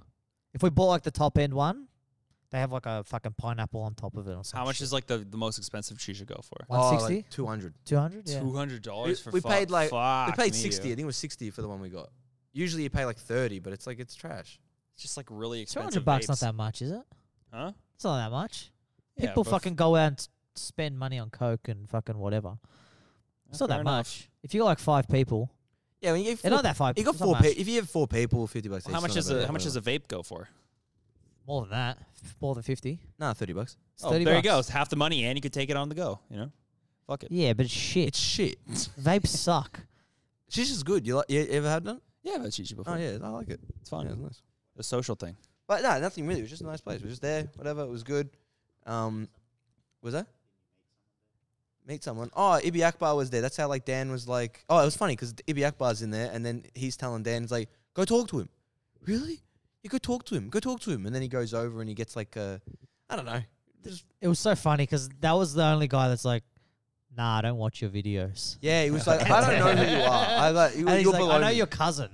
If we bought like the top end one, they have like a fucking pineapple on top of it or something. How much is like the, the most expensive shisha go for? Oh, like 160? 200. 200? Yeah. Two hundred We- dollars for. we fuck- paid, like- we fuck we paid me, 60. I yo. think it was 60 for the one we got. Usually you pay like 30, but it's like it's trash. It's just like really Two expensive. hundred bucks, not vapes. that much, is it? Huh? It's not that much. Yeah, People but f- fucking go out and s- spend money on coke and fucking whatever. It's not fair that enough. much. If you are like five people, Yeah, when you get eh, four, not that five. you got it's not four. much. Pe- if you have four people, 50 bucks. How much is a how much does a vape go for? More than that, f- more than fifty. Nah, 30 bucks. It's Oh, 30 there you go. bucks. It's half the money, and you could take it on the go. You know, fuck it. Yeah, but it's shit. It's shit. [LAUGHS] Vapes suck. Shisha's good. You like? You ever had none? Yeah, I've had shisha before. Oh yeah, I like it. It's fun. Yeah, it's nice. The social thing. But no, nothing really. It was just a nice place. We were just there, whatever. It was good. Um, was that? Meet someone. Oh, Ibi Akbar was there. That's how like Dan was like. Oh, it was funny because Ibi Akbar's in there, and then he's telling Dan, he's like, "Go talk to him." Really? You go talk to him. Go talk to him, and then he goes over and he gets like I I don't know. Just, It was so funny because that was the only guy that's like, "Nah, I don't watch your videos." yeah, he was like, "I don't know who you are." I like [LAUGHS] you, And he's you're like, below "I know me." your cousin."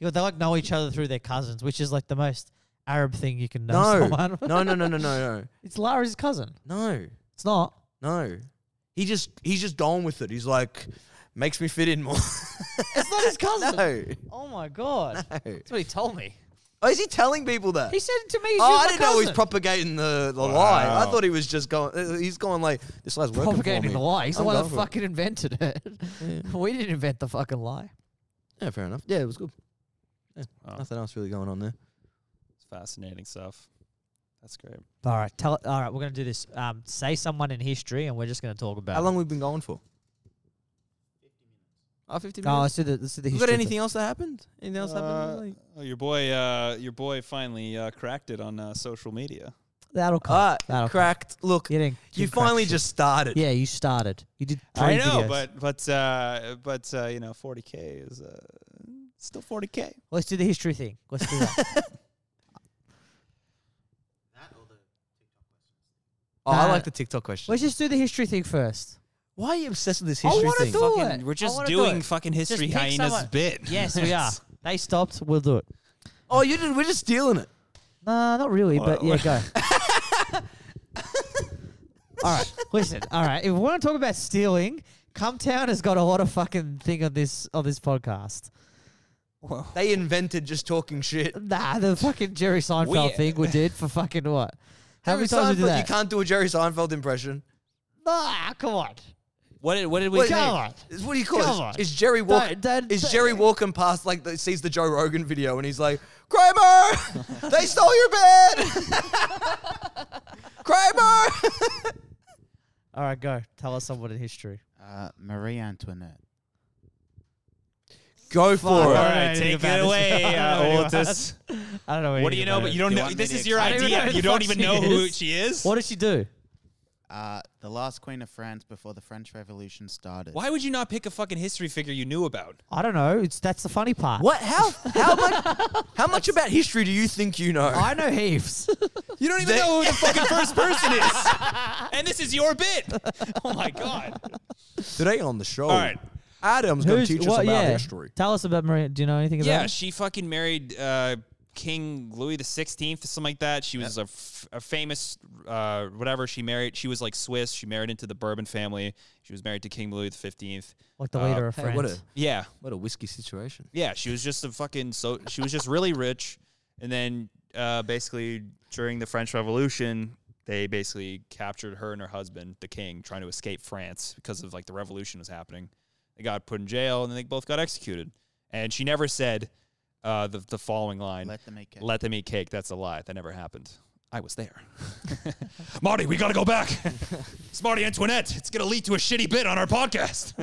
You know, they like know each other through their cousins, which is like the most Arab thing you can [LAUGHS] No. know someone. no, no, no, no, no, [LAUGHS] it's Lara's cousin. no, no. It's not. No. He just he's just gone with it. He's like makes me fit in more. It's not his [LAUGHS] cousin. no. Oh my god. No. [LAUGHS] That's what he told me. Oh, is he telling people that? He said it to me. He's oh, your I didn't know he was cousin. propagating the, the lie. I Wow. thought he was just going. uh, He's going like this lie's working propagating for the me. lie. He's the I'm one that going for it. fucking invented it. [LAUGHS] we didn't invent the fucking lie. Yeah, fair enough. Yeah, it was good. Yeah, Oh. Nothing else really going on there. It's fascinating stuff. That's great. All right, tell. All right, we're gonna do this. Um, say someone in history, and we're just gonna talk about. How it. long we been going for? Oh, 50 Oh, minutes. let's do the let's do the you history. got thing. anything else that happened? Anything else happened? Like- oh, your boy, uh, your boy finally uh, cracked it on uh, social media. That'll come. Ah, That'll come. cracked. Look, You, didn't, you didn't crack finally shit. just started. Yeah, you started. You did. I three know, videos. but but uh, but uh, you know, 40k is uh, still 40k. let's do the history thing. Let's do that. Oh, I Nah. like the TikTok question. let's just do the history thing first. Why are you obsessed with this I history wanna thing? do it. Fucking- we're I just wanna do doing it. fucking history pick hyenas someone. bit. Yes, we are. They stopped. We'll do it. Oh, you did, we're just stealing it. Nah, not really, but yeah, What- go. all right, listen. All right, if we want to talk about stealing, Cumtown has got a lot of fucking thing on this on this podcast. They invented just talking shit. Nah, the fucking Jerry Seinfeld We- thing we did for fucking what? How Jerry many times we did Seinfeld- that? You can't do a Jerry Seinfeld impression. Nah, come on. [LAUGHS] What did what did we? Wait, come on. It's- What do you call Come it? on. Is Jerry walk? Don't- don't- is don't- Jerry walking past like the, sees the Joe Rogan video and he's like, Kramer, [LAUGHS] they [LAUGHS] stole your bed. Kramer. All right, go. Tell us someone in history. Uh, Marie Antoinette. Go for All it. right, All right, take take it it away, back. uh, Anyway. Altus. I don't know. What do you know? about But it. you don't Do you know. want me This to is your explain? I don't even know idea. who You the don't fuck even she know who is. she is. What did she do? Uh, the last queen of France before the French Revolution started. Why would you not pick a fucking history figure you knew about? I don't know. It's that's the funny part. What? How? How much? How much about history do you think you know? I know heaps. You don't even They- know who the fucking first person is. [LAUGHS] And this is your [LAUGHS] bit. Oh my god. Today on the show, All right. Adam's going to teach us about history. Tell us about Maria. Do you know anything about? Yeah, her? she fucking married uh, King Louis the Sixteenth, something like that. She was a, f- a famous uh, whatever. She married. She was like Swiss. She married into the Bourbon family. She was married to King Louis the Fifteenth. like the Uh, leader of Hey, France. what a Yeah, what a whiskey situation. yeah. She was just a fucking so. She was just really rich, and then uh, basically during the French Revolution. They basically captured her and her husband, the king, trying to escape France because of like the revolution was happening. They got put in jail and then they both got executed. And she never said uh, the the following line: Let them make it. let them eat cake. That's a lie. That never happened. I was there. [LAUGHS] Marty, we got to go back. it's Marty Antoinette. It's going to lead to a shitty bit on our podcast.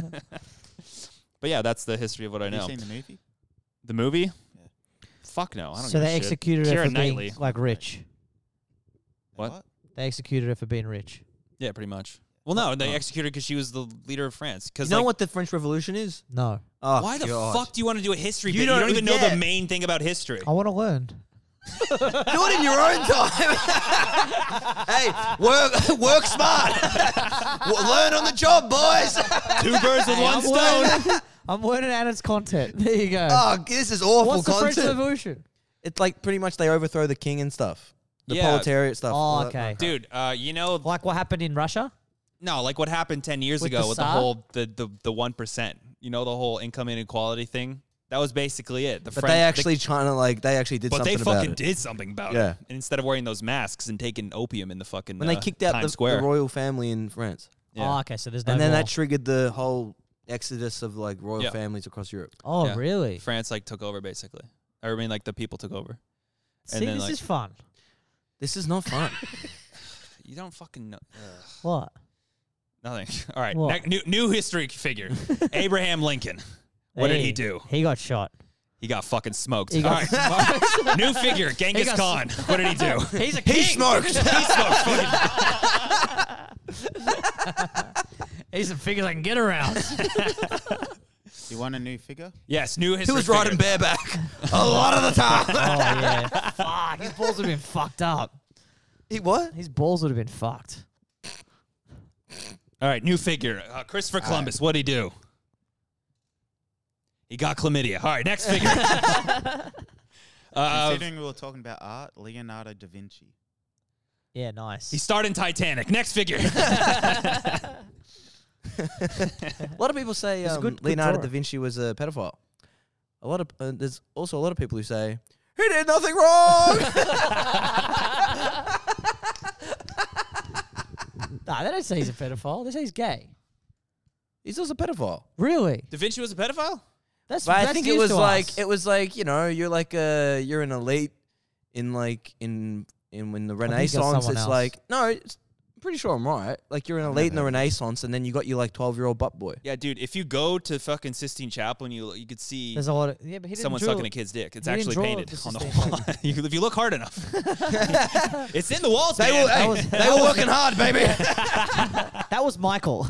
[LAUGHS] but yeah, that's the history of what I Have you know. seen the movie? The movie? Fuck no. I don't so give they a shit. executed her Keira for Knightley. being like rich. What? They executed her for being rich. Yeah, pretty much. Well, no, they executed her because she was the leader of France. You Because know what the French Revolution is? No, Oh, Why the God. fuck do you want to do a history? You bit? don't- you don't even know yeah. the main thing about [LAUGHS] history. I want to learn. Do it in [LAUGHS] your own time. hey, work work smart. W- Learn on the job, boys. Two birds with one I'm stone. learning- [LAUGHS] I'm learning Anna's content. There you go. oh, this is awful What's the French content. Revolution? it's like pretty much they overthrow the king and stuff. The Yeah. proletariat stuff. all Oh, that- okay. Dude, uh, you know, Like what happened in Russia? No, like what happened ten years With ago the with the Saab? whole the the the one percent. You know the whole income inequality thing. That was basically it. The But French- they actually trying to like they actually did but something they about fucking it. did something about Yeah. it. And instead of wearing those masks and taking opium in the fucking when uh, they kicked out Times the, Square. the royal family in France, Yeah. Oh, okay. So there's no. and then more. that triggered the whole exodus of like royal Yeah. families across Europe. oh, Yeah. really? France like took over basically. Or, I mean, like the people took over. See, then, this like- is fun. This is not [LAUGHS] fun. You don't fucking know. [LAUGHS] Ugh, What? nothing. [LAUGHS] All right. What? Next, new new history [LAUGHS] figure. Abraham Lincoln. What did Hey, he do? He [LAUGHS] got shot. He got fucking smoked. He got All right. [LAUGHS] new figure. Genghis got- Khan. What did he do? [LAUGHS] He's a he king. smoked. he smoked fucking He's a figure I can get around. You want a new figure? Yes, new history. he was riding figure. bareback [LAUGHS] a lot of the time. [LAUGHS] [LAUGHS] oh yeah. Fuck. His balls would have been fucked up. he what? His balls would have been fucked. All right, new figure. Uh, Christopher Columbus, what'd he do? He got chlamydia. All right, next [LAUGHS] figure. uh, Considering we were talking about art, Leonardo da Vinci. Yeah, nice. he starred in Titanic. Next [LAUGHS] figure. A lot of people say He's a um, good- good Leonardo da drawer. Vinci was a pedophile. A lot of uh, there's also a lot of people who say he did nothing wrong. nah, they don't say he's a pedophile. They say he's gay. [LAUGHS] He's also a pedophile. Really? da Vinci was a pedophile? That's. But that's I think it news was to like us. it was like you know you're like a you're an elite in like in in when the got Renaissance. someone It's else. like no, it's, I'm pretty sure I'm right. Like you're an elite in the Renaissance, and then you got your like twelve year old butt boy. Yeah, dude. If you go to fucking Sistine Chapel and you you could see There's a lot of yeah, but he didn't someone draw- sucking a kid's dick, it's he didn't actually draw painted the on the Sistine wall. [LAUGHS] You- if you look hard [LAUGHS] enough, it's in the walls. They man. were hey, was- they were working hard, [LAUGHS] baby. That [LAUGHS] was Michael. [LAUGHS]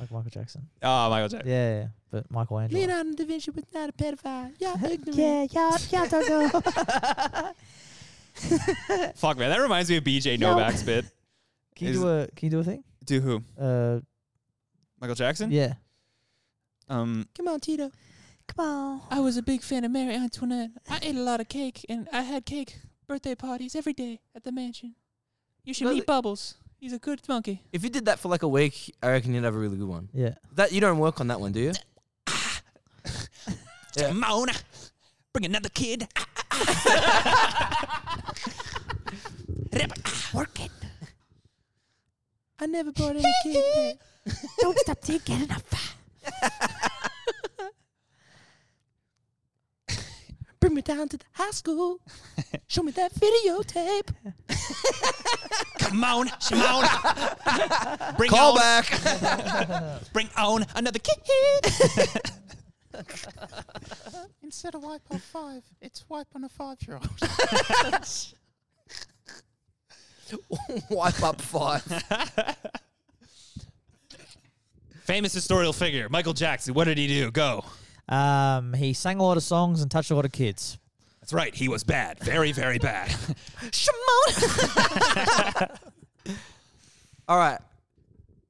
like [LAUGHS] Michael Jackson. [LAUGHS] oh, Michael Jackson. Yeah, yeah, yeah. but Michael Angelo. Leonardo da Vinci was not a pedophile. Y'all [LAUGHS] ignorant. yeah, yeah, don't know. Fuck man, that reminds me of BJ Yo. Novak's bit. [LAUGHS] Can you Is- do a Can you [LAUGHS] do a thing? Do who? Uh, Michael Jackson? yeah. Um, Come on, Tito. Come on. I was a big fan of Mary Antoinette. I ate a lot of cake, and I had cake birthday parties every day at the mansion. You should No, meet the- Bubbles. He's a good monkey. If you did that for like a week, I reckon you'd have a really good one. Yeah. That you don't work on that one, do you? Yeah. Come on, bring another kid. [LAUGHS] Work it. I never bought [LAUGHS] any kid. Don't stop till you get enough. [LAUGHS] Bring me down to the high school. Show me that videotape. Come on, Shimon. [LAUGHS] Bring Call on, back. [LAUGHS] bring on another kid. Instead of wipe on five, it's wipe on a five year old. [LAUGHS] Wipe up five. Famous historical figure, Michael Jackson. What did he do? Go. Um, he sang a lot of songs and touched a lot of kids. That's right. He was bad. Very, very [LAUGHS] bad. [LAUGHS] All right.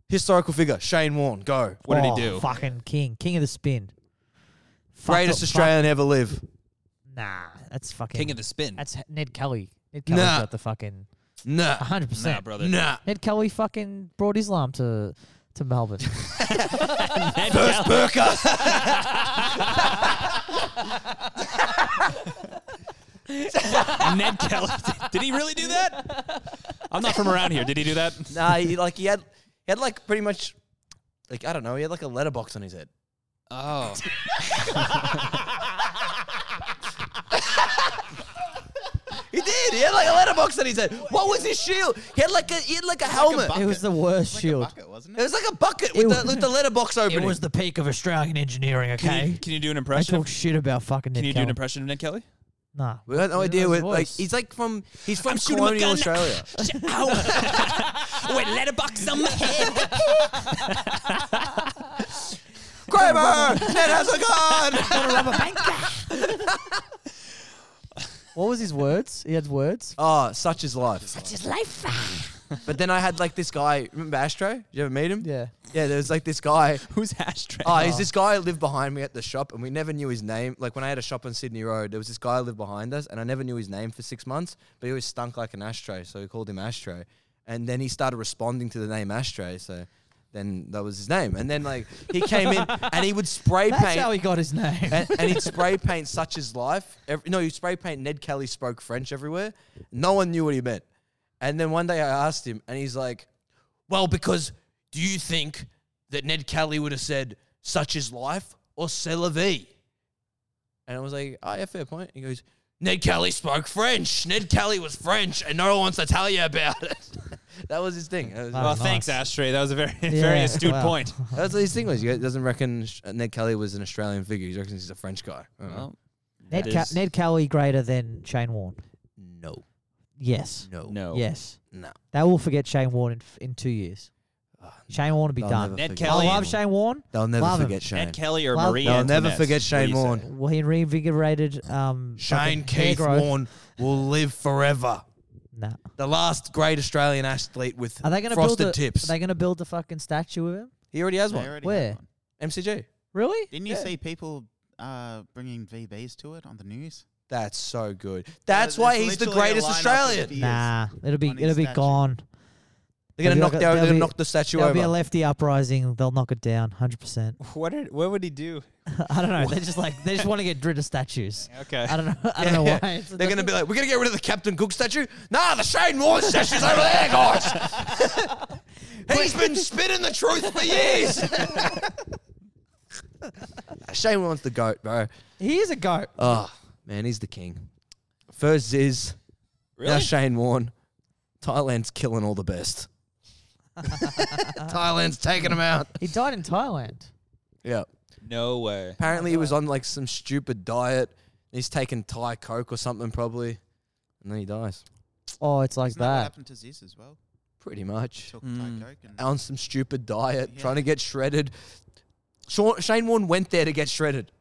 Historical figure Shane Warne. Go. What did Oh, he do? Fucking king, king of the spin. Fucked Greatest up- Australian ever live. [LAUGHS] fuck- nah, that's fucking King of the spin. That's Ned Kelly. Ned Kelly Nah. got the fucking Nah. hundred nah, percent. brother. Nah. Ned Kelly fucking brought Islam to to Melbourne. First burqa. [LAUGHS] Ned Kelly. [LAUGHS] Did he really do that? I'm not from around here. Did he do that? [LAUGHS] Nah, he, like he had, he had like pretty much, like I don't know, he had like a letterbox on his head. Oh. [LAUGHS] He did. He had like a letterbox on his head. What was his shield? He had like a, he had like a helmet. [LAUGHS] it was the worst shield. bucket, wasn't It it? was like a bucket with, was- the, with the letterbox It opening. was the peak of Australian engineering. Can you, Okay, can you do an I impression? talk Of, shit about fucking Ned can you do Kelly. an impression of Ned [LAUGHS] Kelly? nah, we had no Look at idea. his With, like voice. he's like from he's from shooting my colonial gun. Australia. [LAUGHS] Wait, letterbox on my [LAUGHS] head. Kramer, [LAUGHS] Ned has a gun. [LAUGHS] what was his words? He had words. Oh, such is life. Such is life. but then I had like this guy. Remember Astro? Did you ever meet him? Yeah. Yeah, there was like this [LAUGHS] guy. Who's Ashtray? Oh, he's this guy who lived behind me at the shop, and we never knew his name. Like when I had a shop on Sydney Road, there was this guy who lived behind us, and I never knew his name for six months. But he was stunk like an ashtray, so we called him Ashtray. And then he started responding to the name Ashtray, so then that was his name. And then like he came [LAUGHS] in and he would spray That's paint. how he got his name. and, and he'd spray paint such as life. Every, no, he'd spray paint Ned Kelly spoke French everywhere. No one knew what he meant. And then one day I asked him, and he's like, Well, because do you think that Ned Kelly would have said such is life or c'est la vie? And I was like, Oh, yeah, fair point. He goes, Ned Kelly spoke French. Ned Kelly was French, and no one wants to tell you about it. [LAUGHS] that was his thing. That was, Wow. Well, nice. Oh, thanks, Ashtray. That was a very, [LAUGHS] very Yeah, astute wow. [LAUGHS] point. that was what his thing was. He doesn't reckon Ned Kelly was an Australian figure. He reckons he's a French guy. I don't know. Well, Ned, that Ca- is- Ned Kelly greater than Shane Warne. No, Yes. no, no. Yes. no. They will forget Shane Warne in, f- in two years. Shane Warne will be They'll done. never Ned forget Kelly I Shane love Warne. Shane Warne. They'll never Love him. forget Shane. Ned Kelly or Well, Marie They'll never Antoinette, forget is what Shane you said. Warne. Well, he reinvigorated um Shane fucking hair Keith growth. Warne will live forever. Nah. The last great Australian athlete with Are they going to build frosted a, tips. Are they going to build a fucking statue of him? he already has They one. already have Where? one. MCG. Really? Didn't you Yeah. see people uh, bringing VBs to it on the news? That's so good. That's there's why he's the literally a greatest lineup of Australian. people. He is. Nah. It'll be On his it'll be statue. gone. They're gonna There'll be knock down. like a- They're there'll gonna be- knock the statue There'll over. be a lefty uprising. They'll knock it down 100%. What, did- what would he do? [LAUGHS] I don't know. They're just like they just want to get rid of statues. Okay. I don't know. [LAUGHS] I don't know Yeah. why. It's- They're gonna be like, we're gonna get rid of the Captain Cook statue. Nah, the Shane Warne statue's over there, guys. [LAUGHS] He's been spitting the truth for years. [LAUGHS] Shane Warne's the goat, bro. he is a goat. Oh, man, he's the king. First Ziz, now Really? Shane Warne. Thailand's killing all the [LAUGHS] best. Thailand's taking him out. He died in Thailand. Yeah. No way. Apparently he was on like some stupid diet. He's taking Thai Coke or something probably. And then he dies. Oh, it's like Isn't that what that. Hmm. happened to Ziz as well? Pretty much. Took Mm. Thai Coke and On some stupid diet, Yeah. trying to get shredded. Shawn, Shane Warne went there to get shredded.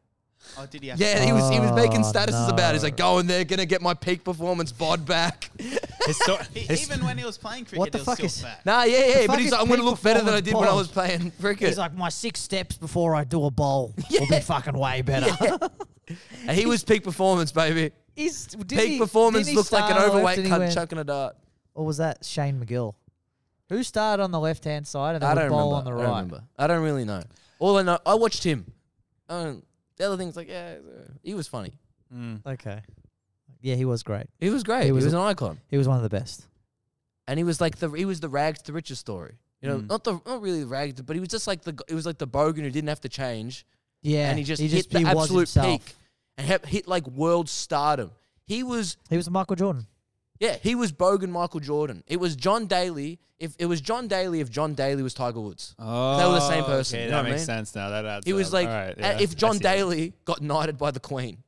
oh, did he? have Yeah, he was he was making Oh, statuses about it. He's like, no. going there, gonna get my peak performance bod [LAUGHS] back. Histo- He, his- even when he was playing cricket, What the he was fuck still is- fat. Nah, yeah, yeah, but fuck he's is like, I'm gonna peak look better than I performance did when I bod? was [LAUGHS] playing cricket. He's like, my six steps before I do a [LAUGHS] bowl will be fucking way better. And he was peak performance, baby. [LAUGHS] He's, did peak he- performance didn't he looked like an start on the overweight left cunt anywhere? chucking a dart. Or was that Shane McGill? Who started on the left hand side and I then don't would bowl remember. I on the right? don't remember. I don't really know. All I know, I watched him. Um, the other thing's like, yeah, he was funny. Hmm. Mm. Okay. Yeah, he was great. He was great. He He was, was an icon, He was one of the best. and he was like the he was the rags to riches story. You know, Mm. not the not really the rags, but he was just like the it was like the bogan who didn't have to change, Yeah, and he just he hit just the he was absolute himself. peak and hit, hit like world stardom. He was He was Michael Jordan. Yeah, he was bogan Michael Jordan. It was John Daly. If it was John Daly, if John Daly was Tiger Woods, Oh, they were the same person. Okay, you know that what I makes mean? sense now. That adds It was up. like All right, uh, yeah, if I John see it. Daly got knighted by the Queen.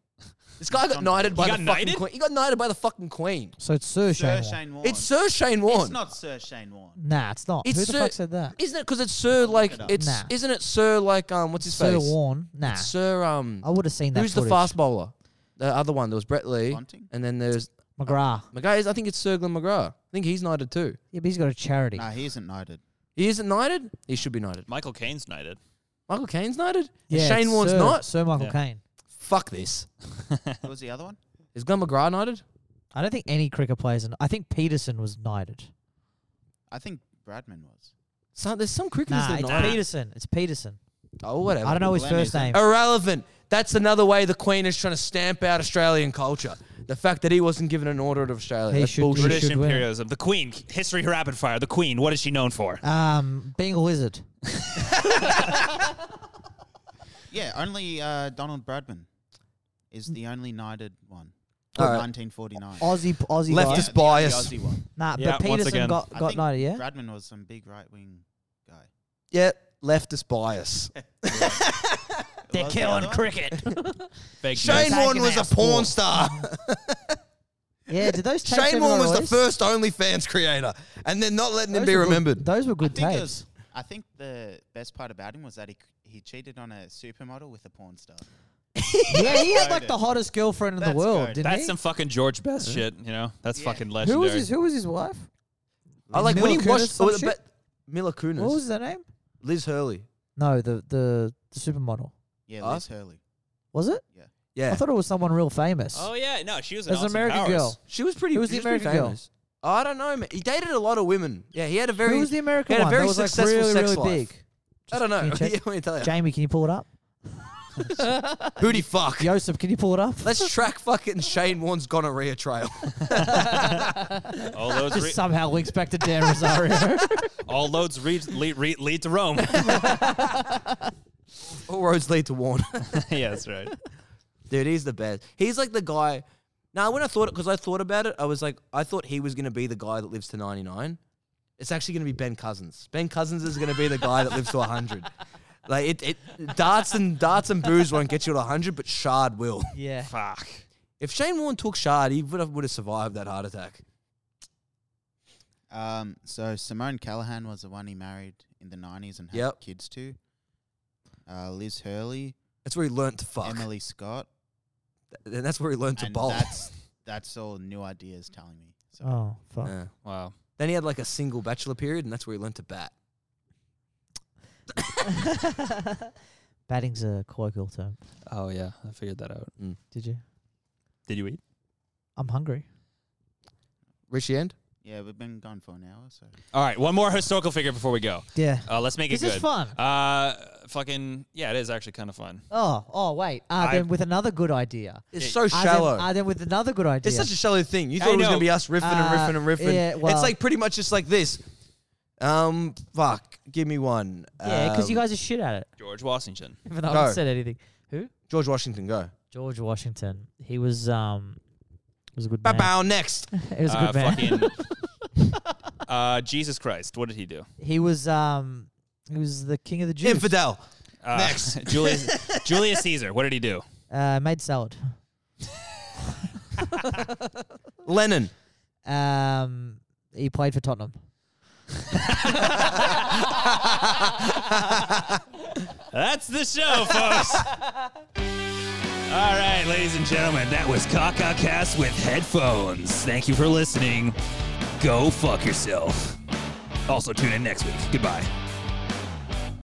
This guy got John knighted Daly. by He the got fucking knighted? Queen. He got knighted by the fucking Queen. So it's Sir, Shane. Sir Warne. Shane Warne. It's Sir Shane Warne. It's not Sir Shane Warne. Nah, it's not. It's Who the Sir- fuck said that? Isn't it? Because it's Sir. Like it up. it's Nah. isn't it Sir? Like um, what's his Sir face? Warne. Nah, Sir um, I would have seen that. who's the footage. fast bowler? The other one. There was Brett Lee, Bunting? and then there's McGrath? McGrath. I think it's Sir Glenn McGrath. I think he's knighted too. Yeah, but he's got a charity. Nah, he isn't knighted. He isn't knighted. He should be knighted. Michael Caine's knighted. Michael Caine's knighted. And yeah, Shane it's Warne's Sir, not. Sir Michael Yeah. Caine. Fuck this. Who [LAUGHS] was the other one? Is Glenn McGrath knighted? I don't think any cricket players. Are, I think Peterson was knighted. I think Bradman was. So there's some cricketers Nah, that it's are knighted. Peterson. It's Peterson. Oh whatever. I don't know his Glenn first isn't. name. Irrelevant. That's another way the Queen is trying to stamp out Australian culture. The fact that he wasn't given an order out of Australia. He That's should- bullshit. British should win. imperialism. The Queen. History rapid fire. The Queen. What is she known for? Um, being a lizard. Yeah, only uh, Donald Bradman is the only knighted one. All right. 1949. Aussie, Aussie Left guy. us- the- bias. The Aussie one. Nah, Yeah, but once Peterson again. got, I got think knighted. Yeah, Bradman was some big right wing guy. Yeah, leftist [LAUGHS] bias. They're killing cricket. [LAUGHS] Fake Shane news. Warne was a porn [LAUGHS] star. yeah. [LAUGHS] Did those tapes Shane ever Warne was the release? first OnlyFans creator, and they're not letting him Those be were good- remembered. Those were I good think, it tapes. was, I think the best part about him was that he c- he cheated on a supermodel with a porn star. yeah, he had like goated. the hottest girlfriend in the That's world, goated. didn't That's he? some fucking George Best shit. You know, that's Yeah. fucking legendary. who was his Who was his wife? I like when Mila he Kunis watched some oh, the shit? be- Mila Kunis, What was their name? Liz Hurley. No, the the the supermodel. Yeah, Us? Liz Hurley. Was it? Yeah, I thought it was someone real famous. Oh yeah, no, she was an As an Austin American Powers. girl. she was pretty. Who was she the pretty American girl? famous. I don't know. Man. He dated a lot of women. Yeah, he had a very. Who was the American he had a one? very that was like successful really, sex really life. big. I don't know. Can you check? yeah, [LAUGHS] let me tell you. Jamie, can you pull it up? Booty fuck. Joseph, can you pull it up? Let's track fucking Shane Warne's gonorrhea [LAUGHS] trail. All loads, [LAUGHS] Just re- somehow links back to Dan Rosario. all loads re- le- re- lead to [LAUGHS] Rome. [LAUGHS] All roads lead to Warne. yeah, that's right. Dude, he's the best. He's like the guy. Now, when I thought it, because I thought about it, I was like, I thought he was going to be the guy that lives to 99. It's actually going to be Ben Cousins. Ben Cousins is going to be the guy that lives to [LAUGHS] 100. Like, it, it darts and darts and booze won't get you to 100, but Shard will. yeah. Fuck. If Shane Warne took Shard, he would have, would have survived that heart attack. Um, so Simone Callahan was the one he married in the 90s and had Yep. kids to. Uh, Liz Hurley, That's where he learnt to fuck. Emily [LAUGHS] Scott. And that's where he learnt to and bowl. that's that's all new ideas telling me. So Oh [LAUGHS] fuck. Yeah. Wow. Then he had like a single bachelor period, and that's where he learnt to bat. [LAUGHS] Batting's a colloquial term. Oh yeah, I figured that out. Mm. Did you? Did you eat? I'm hungry. Richie End? yeah, we've been gone for an hour, so All right, one more historical figure before we go. Yeah. Uh, let's make This it good. is fun. Uh, fucking yeah, it is actually kind of fun. Oh, oh wait. Uh, I- then with another good idea. It's so Ah, shallow. Then, ah, then with another good idea. It's such a shallow thing. You thought I it was gonna know. be us riffing Uh, and riffing and riffing. yeah, well- it's like pretty much just like this. Um, fuck. Give me one. yeah, because you Um, guys are shit at it. George Washington. Even though I go. haven't said anything. George Washington go. George Washington. He was um was a good Bow man. bow next. He was a uh, good man. Fucking, [LAUGHS] uh, Jesus Christ, what did he do? He was um he was the king of the Jews. Infidel. Uh, Next. [LAUGHS] Julius Julius Caesar. What did he do? Uh, [LAUGHS] made salad. Lennon. Um, he played for Tottenham. That's the show, folks. All right, ladies and gentlemen, that was Kaka Cast with headphones. Thank you for listening. Go fuck yourself. Also, tune in next week. Goodbye.